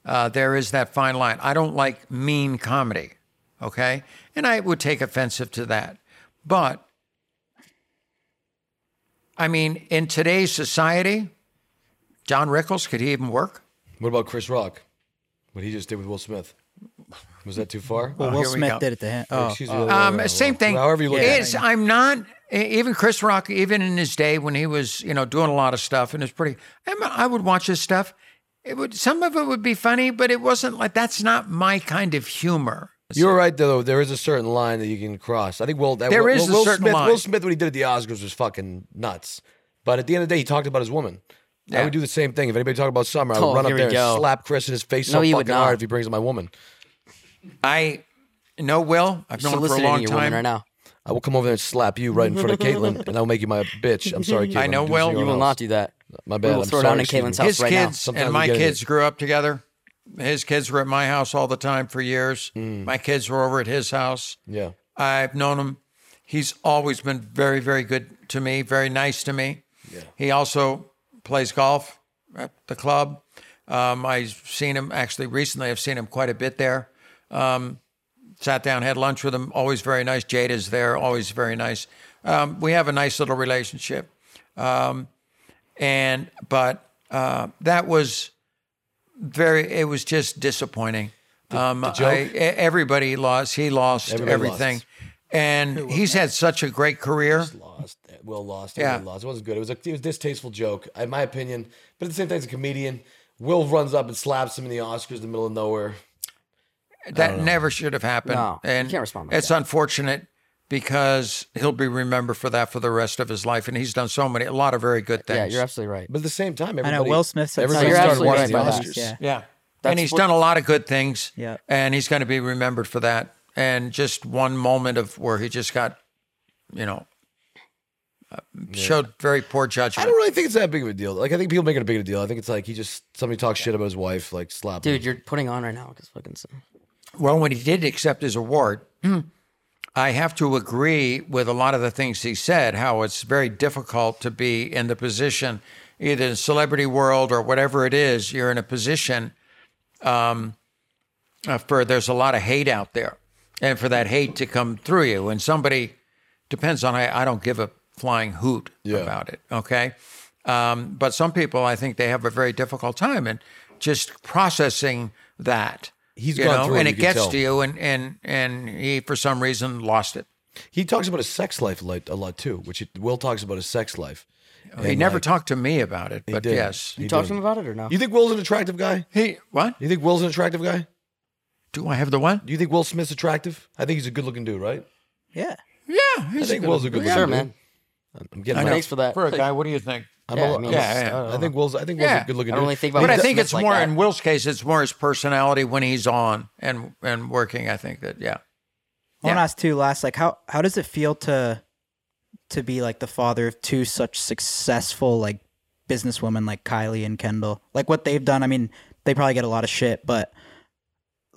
Uh, there is that fine line. I don't like mean comedy, okay, and I would take offensive to that, but. I mean, in today's society, John Rickles, could he even work? What about Chris Rock? What he just did with Will Smith? Was that too far? well, Will here we Smith go. did it to him. Oh, Excuse me. the other way Um, around. same thing. uh, However you look at It's- it. I'm not e, even Chris Rock. Even in his day when he was, you know, doing a lot of stuff and it's pretty. I'm- I would watch his stuff. It would some of it would be funny, but it wasn't like that's not my kind of humor. [LAUGHS] You're right, though. There is a certain line that you can cross. I think Will. That, There Will, is a Will certain Smith, line. Will Smith, what he did at the Oscars was fucking nuts. But at the end of the day, he talked about his woman. I Yeah. would do the same thing. If anybody talked about Summer, I would Oh, run up here we there and go. slap Chris in his face No, so you would fucking not. hard if he brings up my woman. I know Will. I've known him for a Soliciting long your time. woman right now. I will come over there and slap you right in front of [LAUGHS] Caitlin, and I'll make you my bitch. I'm sorry, Caitlin. I know, I'm Will. doing You something You will else. not do that. My We bad. will I'm throw sorry, down in excuse me. Caitlin's house His right kids now. and Sometimes my you get kids grew up together. His kids were at my house all the time for years. Hmm. My kids were over at his house. Yeah. I've known him. He's always been very, very good to me, very nice to me. He also plays golf at the club. Um, I've seen him actually recently. I've seen him quite a bit there. Um, sat down, had lunch with him. Always very nice. Jade is there. Always very nice. Um, we have a nice little relationship. Um, and but uh, that was very. It was just disappointing. Um, I- e- everybody lost. He lost Everybody everything, lost. and he's had such a great career. lost. Will lost. Yeah. Yeah. lost. It wasn't good. It was a it was a distasteful joke, in my opinion. But at the same time, as a comedian, Will runs up and slaps him in the Oscars in the middle of nowhere. That never should have happened. No, you and can't respond like it's unfortunate because he'll be remembered for that for the rest of his life, and he's done so many, a lot of very good things. Yeah, you're absolutely right. But at the same time, I everybody, know Will Smith said everybody No, you're started absolutely watching right the about that. Oscars. Yeah. Yeah. and That's he's what- done a lot of good things. Yeah. And he's going to be remembered for that. And just one moment of where he just got, you know, uh, showed very poor I judgment. don't really think it's that big of a deal. Like I think people make it a big of a deal. I think it's like he just somebody talks shit about his wife, like slap. him. Dude, you're putting on right now. Just fucking. s- Well, when he did accept his award, I have to agree with a lot of the things he said, how it's very difficult to be in the position, either in celebrity world or whatever it is, you're in a position um, uh, for there's a lot of hate out there and for that hate to come through you. And somebody depends on, I, I don't give a flying hoot Yeah. about it. Okay. Um, but some people, I think they have a very difficult time and just processing that. He's you gone know, through it, and you it can gets tell. to you, and and and he for some reason lost it. He talks about his sex life a lot, a lot too, which he, Will talks about his sex life. he never talked to me about it, but didn't. yes, You talked to him about it or no? You think Will's an attractive guy? he what? You think Will's an attractive guy? Do I have the one? Do you think Will Smith's attractive? I think he's a good-looking dude, right? Yeah. Yeah, I he's think good- Will's a good-looking Sure, dude. man. I'm getting. I know. my- Thanks for that. For a guy, what do you think? I'm Yeah, a, I mean, yeah, yeah, I think Will's. I think Will's Yeah. a good-looking dude. I don't really think about But I Will think Smith it's like more that. in Will's case, it's more his personality when he's on and and working. I think that yeah. I want to Yeah. ask too last, like how how does it feel to to be like the father of two such successful like businesswomen like Kylie and Kendall? Like what they've done. I mean, they probably get a lot of shit, but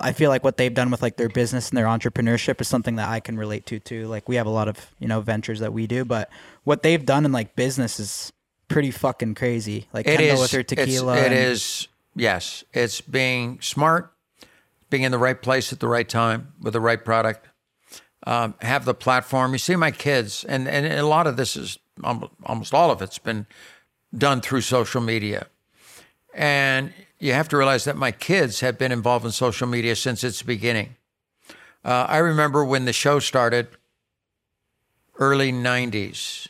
I feel like what they've done with like their business and their entrepreneurship is something that I can relate to too. Like we have a lot of, you know, ventures that we do, but what they've done in like business is pretty fucking crazy. Like It Kendall is. with her it's- tequila. It and- is. Yes, it's being smart, being in the right place at the right time with the right product. Um, have the platform. You see my kids, and and a lot of this is almo- almost all of it's been done through social media, and you have to realize that my kids have been involved in social media since its beginning. Uh, I remember when the show started, early '90s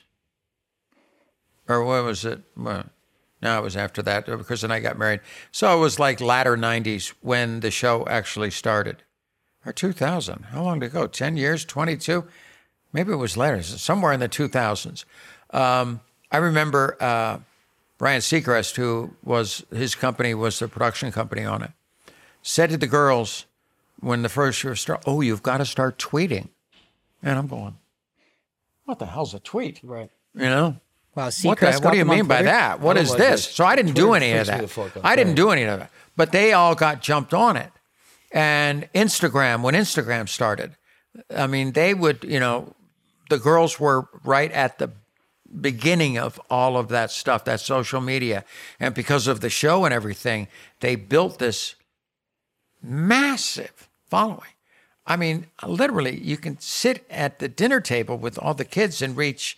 or what was it? Well, no, it was after that. Chris and I got married. So it was like latter 90s when the show actually started. Or 2000. How long to go? 10 years? 22? Maybe it was later. Somewhere in the 2000s. Um, I remember uh, Ryan Seacrest, who was his company was the production company on it, said to the girls when the first year started, "Oh, you've got to start tweeting." And I'm going, "What the hell's a tweet?" Right. You know, wow, what, the- Seacrest what got do you them on mean by Twitter? that? What don't is like this? this. So I didn't do Twitter any of freaks me that. the fuck out. I didn't Right. do any of that. But they all got jumped on it. And Instagram, when Instagram started, I mean, they would, you know, the girls were right at the beginning of all of that stuff, that social media. And because of the show and everything, they built this massive following. I mean, literally, you can sit at the dinner table with all the kids and reach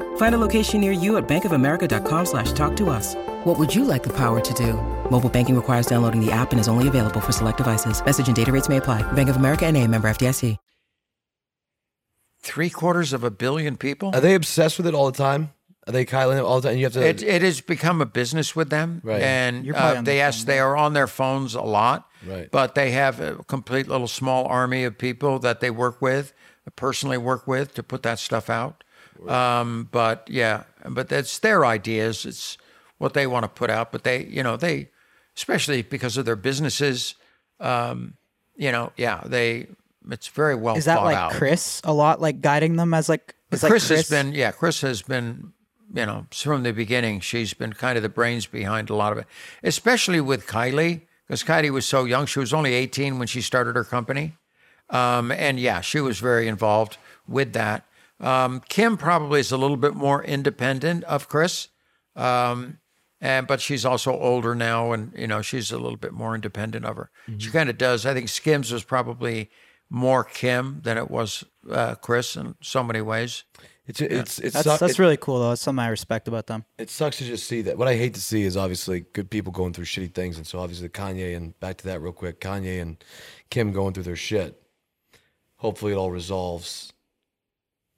Find a location near you at bankofamerica.com slash talk to us. What would you like the power to do? Mobile banking requires downloading the app and is only available for select devices. Message and data rates may apply. Bank of America and a member FDIC. three quarters of a billion people. Are they obsessed with it all the time? Are they Kylie all the time? You have to. It, it has become a business with them, Right. and You're probably uh, on they their ask. They are on their phones a lot, Right. but they have a complete little small army of people that they work with, personally work with, to put that stuff out. Um, but yeah, but that's their ideas. It's what they want to put out, but they, you know, they, especially because of their businesses, um, you know, yeah, they, it's very well Is that thought like out. Chris a lot, like guiding them as like? Is Chris, like has been, yeah, Chris has been, you know, from the beginning, she's been kind of the brains behind a lot of it, especially with Kylie, because Kylie was so young. She was only 18 when she started her company. Um, and yeah, she was very involved with that. Um, Kim probably is a little bit more independent of Chris. Um, and, but she's also older now, and you know she's a little bit more independent of her. She kind of does. I think Skims was probably more Kim than it was uh, Chris in so many ways. It's it's it's That's suck- that's it- really cool though. That's something I respect about them. it sucks to just see that. What I hate to see is obviously good people going through shitty things, and so obviously Kanye and back to that real quick. Kanye and Kim going through their shit. Hopefully, it all resolves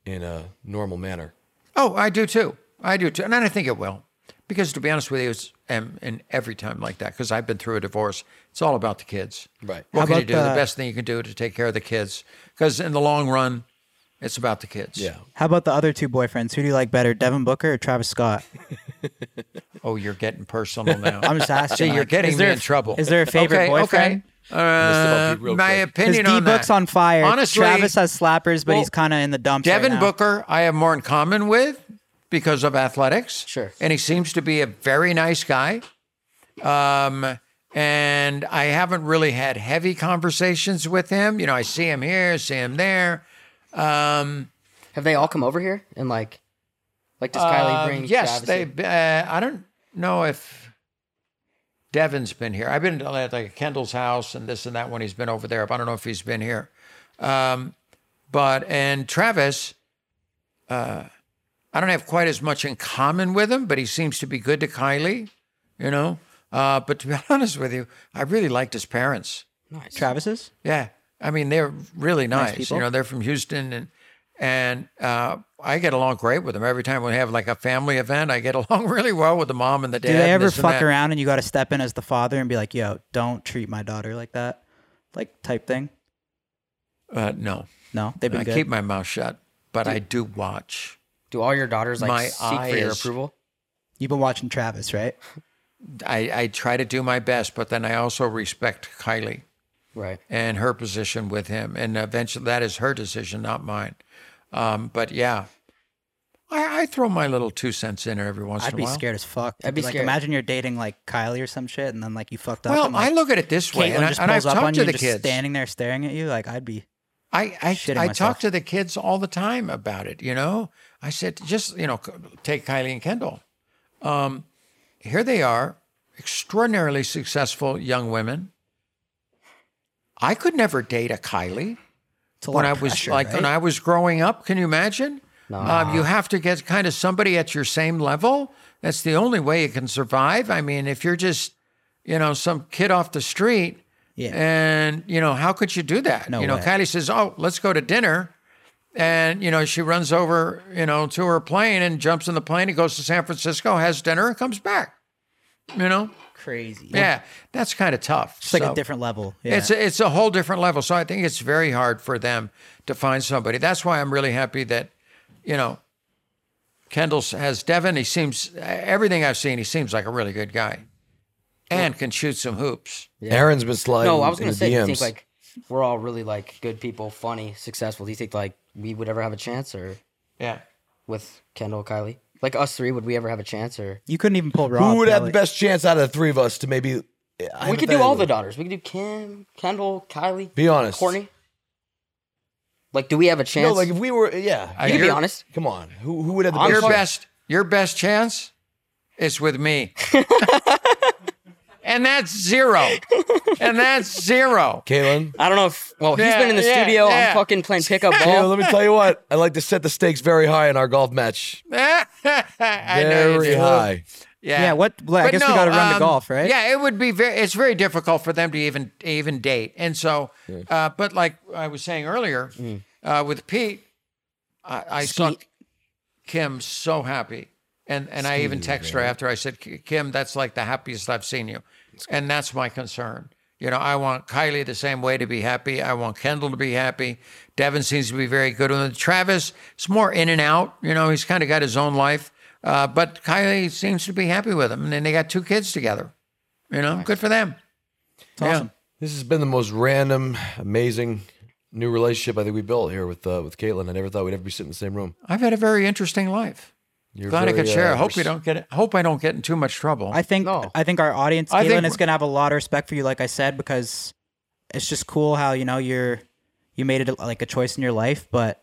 in a normal manner. Oh, I do too. I do too, and I think it will, because to be honest with you, it's um, and every time like that because I've been through a divorce. It's all about the kids. Right. What How can you about do? The, the- best thing you can do to take care of the kids, because in the long run, it's about the kids. Yeah. How about the other two boyfriends? Who do you like better, Devin Booker or Travis Scott? Oh, you're getting [LAUGHS] personal now. I'm [LAUGHS] just asking. See, you're like, getting is there, me in trouble. Is there a favorite okay, boyfriend? Okay. Uh, Mr. Bucky, real my quick. Because opinion D on that. Book's on fire. Honestly, Travis has slappers, but well, he's kind of in the dumps. right Devin now. Booker, I have more in common with because of athletics. Sure. And he seems to be a very nice guy. Um, and I haven't really had heavy conversations with him. You know, I see him here, see him there. Um, Have they all come over here and like, like does Kylie um, bring? yes, Travis they. in? Uh, I don't know if Devin's been here. I've been to like like, Kendall's house and this and that when he's been over there, but I don't know if he's been here. Um, but and Travis, uh, I don't have quite as much in common with him, but he seems to be good to Kylie, you know. Uh, but to be [LAUGHS] honest with you, I really liked his parents. Nice. Travis's. Yeah, I mean they're really nice. people. you know, they're from Houston, and and uh, I get along great with them. Every time we have like a family event, I get [LAUGHS] along really well with the mom and the dad. Do they and ever this and fuck that. around and you got to step in as the father and be like, "Yo, don't treat my daughter like that," like type thing? Uh, no, No, they've been I good. keep my mouth shut, but I do watch. Do all your daughters like My seek for your eyes. approval? You've been watching Travis, right? I, I try to do my best, but then I also respect Kylie. Right. and her position with him. And eventually, that is her decision, not mine. Um, but yeah, I, I throw my little two cents in every once in I'd a be while. scared as fuck. I'd be like, scared. Imagine you're dating like Kylie or some shit, and then like you fucked up. Well, and, like, I look at it this way, Caitlyn and, I, just and I've pulls up on talked you to and the just kids. standing there staring at you. Like I'd be. I I, Shitting I myself. talk to the kids all the time about it. You know, I said just you know c- take Kylie and Kendall. Um, here they are, extraordinarily successful young women. I could never date a Kylie It's a lot when I of was pressure, like right? when I was growing up. Can you imagine? Um, you have to get kind of somebody at your same level. That's the only way you can survive. I mean, if you're just, you know, some kid off the street, Yeah. and you know, how could you do that? No you know, way. Kylie says, "Oh, let's go to dinner," and you know, she runs over, you know, to her plane and jumps in the plane. and goes to San Francisco, has dinner, and comes back. You know, crazy. yeah, that's kind of tough. it's like So- a different level. Yeah. it's a, it's a whole different level. So I think it's very hard for them to find somebody. That's why I'm really happy that, you know, Kendall has Devin. He seems everything I've seen. He seems like a really good guy, and can shoot some hoops. Aaron's been sliding. No, I was in gonna the say, do you DMs. think like we're all really like good people, funny, successful? Do you think like we would ever have a chance, or Yeah. with Kendall, Kylie, like us three, would we ever have a chance, or you couldn't even pull Rob. who would have the Kelly. best chance out of the three of us to maybe? we could do all the daughters? We could do Kim, Kendall, Kylie. Be honest. Courtney. Like, do we have a chance? No, like if we were, yeah. I- you can be you're- honest. Come on, who who would have the I'm Your sure. best your best chance is with [LAUGHS] me, and that's zero, and that's [LAUGHS] zero. [LAUGHS] Kalen. I don't know if. Well, he's Yeah, been in the yeah, studio. yeah. I'm fucking playing pickup Kalen, ball. let me tell you what. I like to set the stakes very high in our golf match. I know you Very do. high. Yeah. um, Yeah, what- well, I guess we gotta run to golf, right? Yeah, it would be very. It's very difficult for them to even even date, and so. Uh, but like I was saying earlier, Mm. uh, with Pete, I, I saw Kim so happy, and and I even texted her after I said, Kim, that's like the happiest I've seen you, and that's my concern. You know, I want Kylie the same way to be happy. I want Kendall to be happy. Devin seems to be very good. And then Travis, it's more in and out. You know, he's kind of got his own life. Uh, but Kylie seems to be happy with him, and then they got two kids together. You know, good for them. It's awesome. This has been the most random, amazing new relationship I think we built here with uh, with Caitlin. I never thought we'd ever be sitting in the same room. I've had a very interesting life. You're Glad I very, could share. uh, I hope you res- don't get. Hope I don't get in too much trouble. I think No. I think our audience, I think Caitlin, is we're- gonna have a lot of respect for you, like I said, because it's just cool how you know you're you made it like a choice in your life, but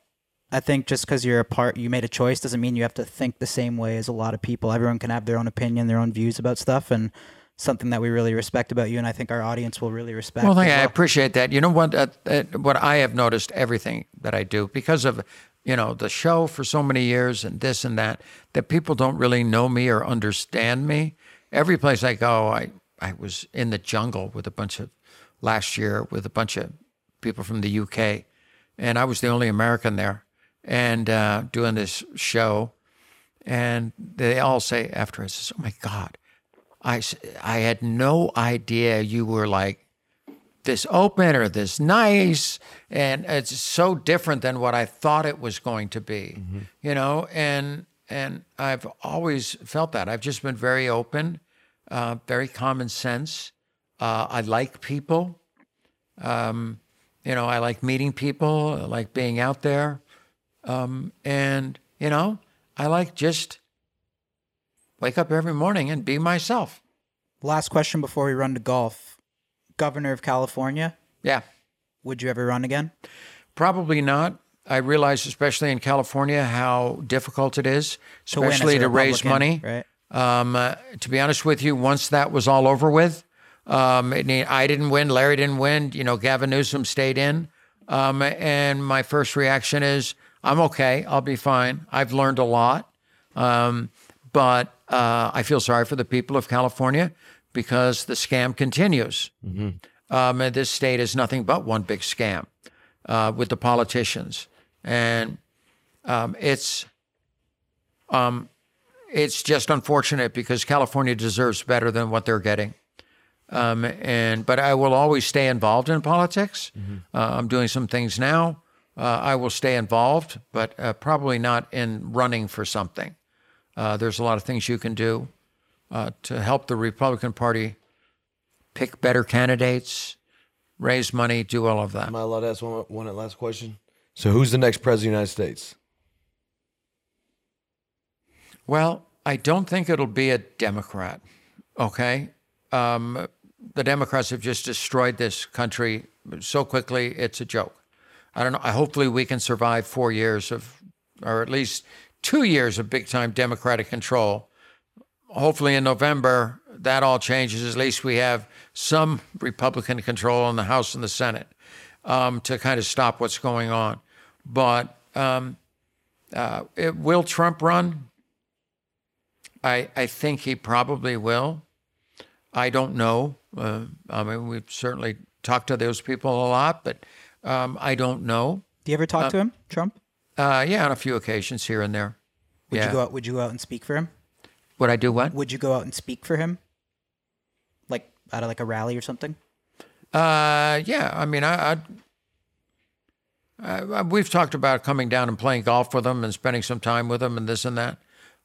I think just because you're a part, you made a choice doesn't mean you have to think the same way as a lot of people. Everyone can have their own opinion, their own views about stuff, and something that we really respect about you, and I think our audience will really respect. Well, as thank you. I well. appreciate that. You know what? Uh, uh, what I have noticed everything that I do because of you know the show for so many years and this and that that people don't really know me or understand me. Every place I go, I I was in the jungle with a bunch of last year with a bunch of people from the UK, and I was the only American there and uh, doing this show, and they all say after I says, "Oh my God." I, s- I had no idea you were like this open or this nice and it's so different than what i thought it was going to be you know and and i've always felt that i've just been very open uh, very common sense uh, i like people um, you know i like meeting people I like being out there um, and you know i like just wake up every morning and be myself Last question before we run to golf: Governor of California, yeah would you ever run again? Probably not. I realize, especially in California, how difficult it is, To win as especially a to raise money. Republican, right? Um, uh, to be honest with you, once that was all over with, um, it, ne- I didn't win, Larry didn't win, you know, Gavin Newsom stayed in. Um, and my first reaction is, I'm okay, I'll be fine. I've learned a lot. Um, but uh, I feel sorry for the people of California because the scam continues. Mm-hmm. Um, and this state is nothing but one big scam uh, with the politicians, and um, it's um, it's just unfortunate because California deserves better than what they're getting. Um, and but I will always stay involved in politics. Uh, I'm doing some things now. Uh, I will stay involved, but uh, probably not in running for something. Uh, there's a lot of things you can do uh, to help the Republican Party pick better candidates, raise money, do all of that. Am I allowed to ask one, one last question? So, who's the next president of the United States? Well, I don't think it'll be a Democrat. Okay. Um, the Democrats have just destroyed this country so quickly, it's a joke. I don't know. I, hopefully, we can survive four years of, or at least two years of big time Democratic control. Hopefully, in November, that all changes. At least we have some Republican control in the House and the Senate um, to kind of stop what's going on. But um, uh, it, will Trump run? I, I think he probably will. I don't know. Uh, I mean, we've certainly talked to those people a lot, but um, I don't know. Do you ever talk to him, Trump? Uh, yeah, on a few occasions here and there. Would yeah. you go out? Would you go out and speak for him? Would I do what? Would you go out and speak for him? Like out of like a rally or something? Uh, yeah. I mean, I, I, I Uh, we've talked about coming down and playing golf with him and spending some time with him and this and that.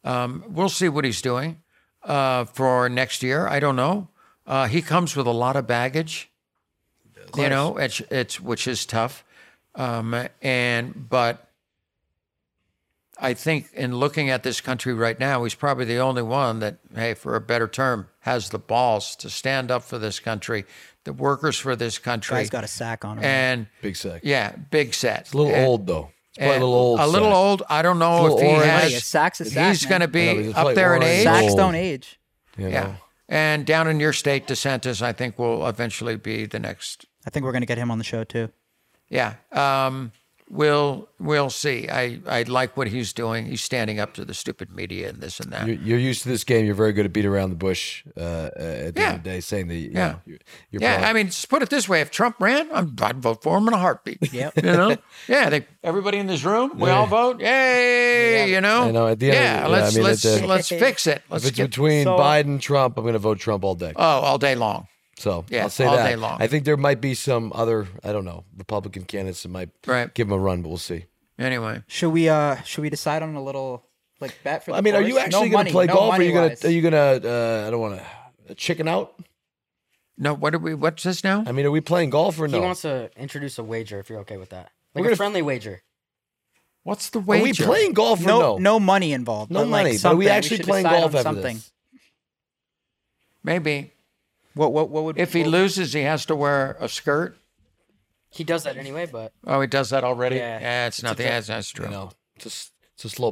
Um, we'll see what he's doing uh, for next year. I don't know. Uh, he comes with a lot of baggage, you know, it's, it's which is tough. Um, and but I think in looking at this country right now, he's probably the only one that, hey, for a better term, has the balls to stand up for this country, the workers for this country, Guy's got a sack on him. and Big sack. yeah, big set. It's a little And- old though. It's probably a and little old. A little sack. old. I don't know It's a if he little orange. has. Hey, a sack's a sack, he's going to man. Yeah, be he's up like there in orange. age. Sack's old. don't age. you know? Yeah. And down in your state, DeSantis, I think, will eventually be the next. I think we're gonna get him on the show too. Yeah. Um, we'll we'll see. I, I like what he's doing. He's standing up to the stupid media and this and that. You're, you're used to this game. You're very good at beat around the bush. Uh, uh, at the Yeah. end of the day, saying that. You Yeah. know, you're, you're yeah, probably- I mean, just put it this way: if Trump ran, I'm, I'd vote for him in a heartbeat. Yeah, you know, yeah. [LAUGHS] They, everybody in this room, we all vote. Yay, you know. I know, at the end of yeah, the- yeah, let's I mean, let's it's a- let's fix it. Let's if it's get between so- Biden and Trump, I'm going to vote Trump all day. oh all day long. So Yeah, I'll say all that. day long. I think there might be some other, I don't know, Republican candidates that might Right. give him a run, but we'll see. Anyway, Should we uh should we decide on a little Like bat for. I the mean, are you forest? No actually going money, to play no golf? Or are you going money-wise. to? Are you going to? Uh, I don't want to chicken out. No, what are we? What's this now? I mean, are we playing golf or He no? wants to introduce a wager if you're okay with that. We're Like gonna a f- friendly wager. What's the are wager? we playing golf or no, no? no, money involved. No but, like, money, but are we something. actually should playing decide golf on after something. this? Maybe What what what would if he what- loses, he has to wear a skirt. He does that anyway, but Oh, he does that already. Yeah. Yeah, it's not the that's, that's true. You know, it's a, s- it's a slow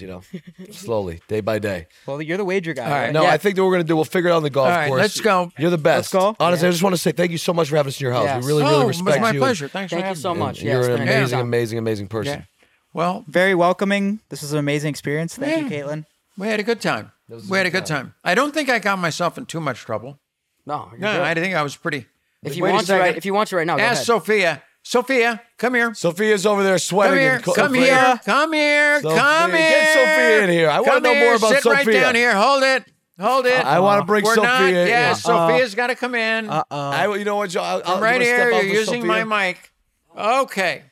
[LAUGHS] You know, slowly, day by day. Well, you're the wager guy. All right, right? No, Yeah. I think that we're going to do. We'll figure it out on the golf All right, course. let's go. You're the best. go. Honestly, I just want to say thank you so much for having us in your house. Yes. We really, oh, really it was respect my you. pleasure. Thanks thank for you having so me. much. Yeah, You're it's an been a great amazing, time. amazing, amazing person. Yeah. Well, Very welcoming. This was an amazing experience. Thank Yeah. you, Caitlin. we had a good time. was a We had a good good time. I don't think I got myself in too much trouble. No, you're No, good. I think I was pretty. if you Wait a want to, right, second. if you want to Oh, right now, go Ask ahead. Sophia. Sophia, come here. Sophia's over there sweating. Come here, and co- come afraid. here, come here, Sophia, come here. get Sophia in here. I wanna Come know more here, about Sit right Sophia. down here. Hold it. Hold it. I wanna bring We're not, Sophia in. Yeah, Uh-uh. Sophia's got to come in. I, you know what, Joe? I'll, I'll, I'm right you wanna step here. out You're for using Sophia? my mic. Okay.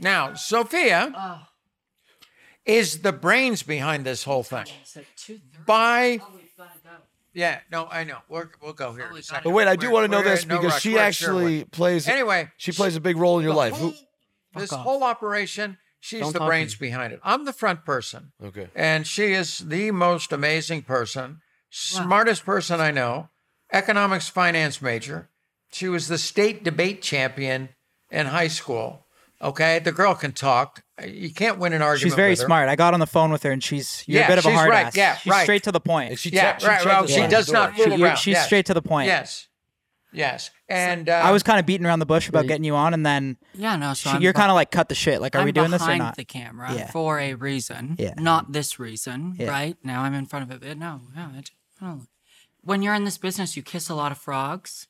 Now, Sophia is the brains behind this whole thing. By. Yeah, no, I know. We're, we'll go here. in a second. But wait, I do We're- want to know we're this in no because rush. she We're at actually Sherwood. plays. Anyway, she plays a big role in your life. Who- this whole operation, she's Don't the talk to brains behind it. I'm the front person. Okay. And she is the most amazing person, smartest person I know, economics finance major. She was the state debate champion in high school. Okay. The girl can talk. You can't win an argument. She's very with her. smart. I got on the phone with her, and she's you're a Yeah, bit of a she's hard right. ass. Yeah, she's right. straight to the and point. she Yeah, checked- she right. checked Well, us she out the does door. not She- fool around. she's Yes. straight to the point. Yes. Yes. And uh, I was kind of beating around the bush about getting you on, and then Yeah, no. So she- I'm you're be- kind of like, cut the shit. Like, are I'm we doing this or behind not? the camera Yeah. for a reason. Yeah. Not this reason, Yeah. right? Now I'm in front of it. No, yeah. I just- I don't- When you're in this business, you kiss a lot of frogs,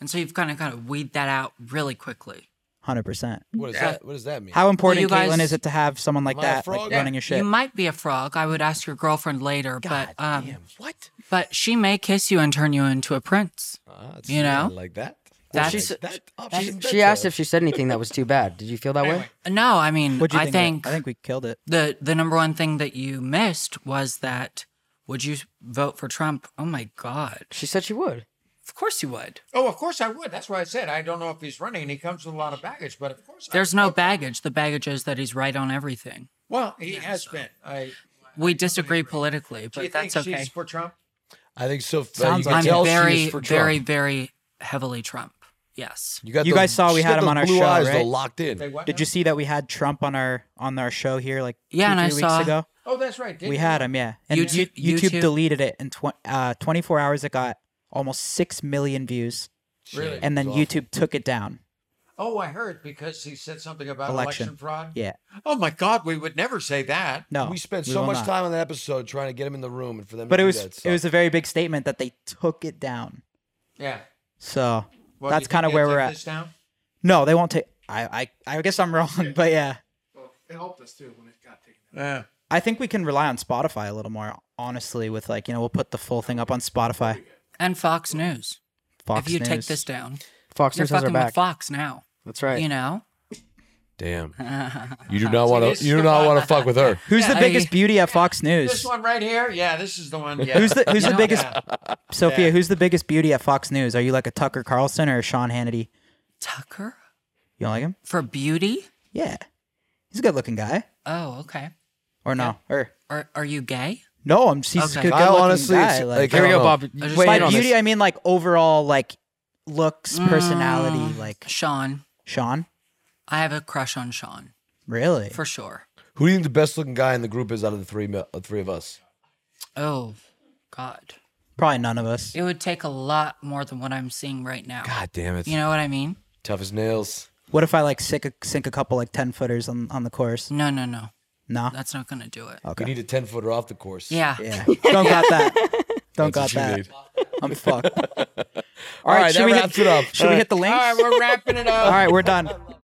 and so you've kind of kind of weed that out really quickly. Hundred percent. What does that? What does that mean? How important, you guys- Caitlin, is it to have someone like Am I a that frog? like, running your shit? You might be a frog. I would ask your girlfriend later, but um, What? but she may kiss you and turn you into a prince. Ah, it's- You know? I like that. That's- Like She's- that. Oh, She- she's- she asked if she said anything that was too bad. Did you feel that way? No, I mean, What'd you I think? think I think we killed it. the the number one thing that you missed was that would you vote for Trump? Oh my God! She said she would. Of course you would. oh, of course I would. That's why I said I don't know if he's running. and He comes with a lot of baggage, but of course I There's no baggage. The baggage is that he's right on everything. Well, he has been. I, We disagree politically, do you but that's think okay. she's for Trump? I think so. Sounds you can like tell I'm she is very, for very, Trump. very heavily Trump. Yes. got You those- guys saw we she's had got him those on our blue show, eyes, though, right? locked in. They what? Did you see that we had Trump on our on our show here like Yeah, two, and I three weeks saw- ago? Oh, that's right. Did We you? had him, yeah. And YouTube- YouTube, YouTube, YouTube- deleted it in tw- uh, 24 hours. It got almost six million views, Really? and then It was awful. YouTube took it down. Oh, I heard because he said something about election, Election. fraud. Yeah, Oh my God, we would never say that. no, we spent so will much not. time on that episode trying to get him in the room, and for them. But to it do was that it was sucked. a very big statement that they took it down. Yeah. So Well, that's you think kind of they'll where we're take at. This down? No, they won't take. I, I I guess I'm wrong, but yeah, Yeah. I think we can rely on Spotify a little more honestly. With like you know, we'll put the full thing up on Spotify. And Fox News. Fox if you take News. this down, Fox you're News has her fucking back. with Fox now. That's right. You know? damn. You do not want to. You do not want to fuck with her. Who's the I- biggest beauty at Fox News? This one right here. Yeah, this is the one. Yeah. Who's the Who's the You know, biggest [LAUGHS] Yeah. Sophia? Who's the biggest beauty at Fox News? Are you like a Tucker Carlson or a Sean Hannity? Tucker? You don't like him? For beauty? Yeah, he's a good looking guy. Oh, okay. Or no? Or Are, are you gay? no? I'm. He's a [LAUGHS] Okay. good, I looking honestly, guy. it's- Like, like, I Here we don't go, know. Bob. I just- Wait by on beauty, this. I mean like overall like looks, personality. Like Sean. Sean, I have a crush on Sean, really? for sure. Who do you think the best looking guy in the group is out of the three mi- uh, three of us? Oh, God. Probably none of us. It would take a lot more than what I'm seeing right now. God damn it! You know what I mean? Tough as nails. What if I like sink a, sink a couple like ten footers on on the course? No, no, no. No, That's not going to do it. We need a ten footer off the course. Yeah. yeah, don't got [LAUGHS] that. Don't That's got what you that. need. I'm [LAUGHS] fucked. All right, should that we hit- wraps it up. Should we hit the links? [LAUGHS] All right, we're wrapping it up. All right, we're done.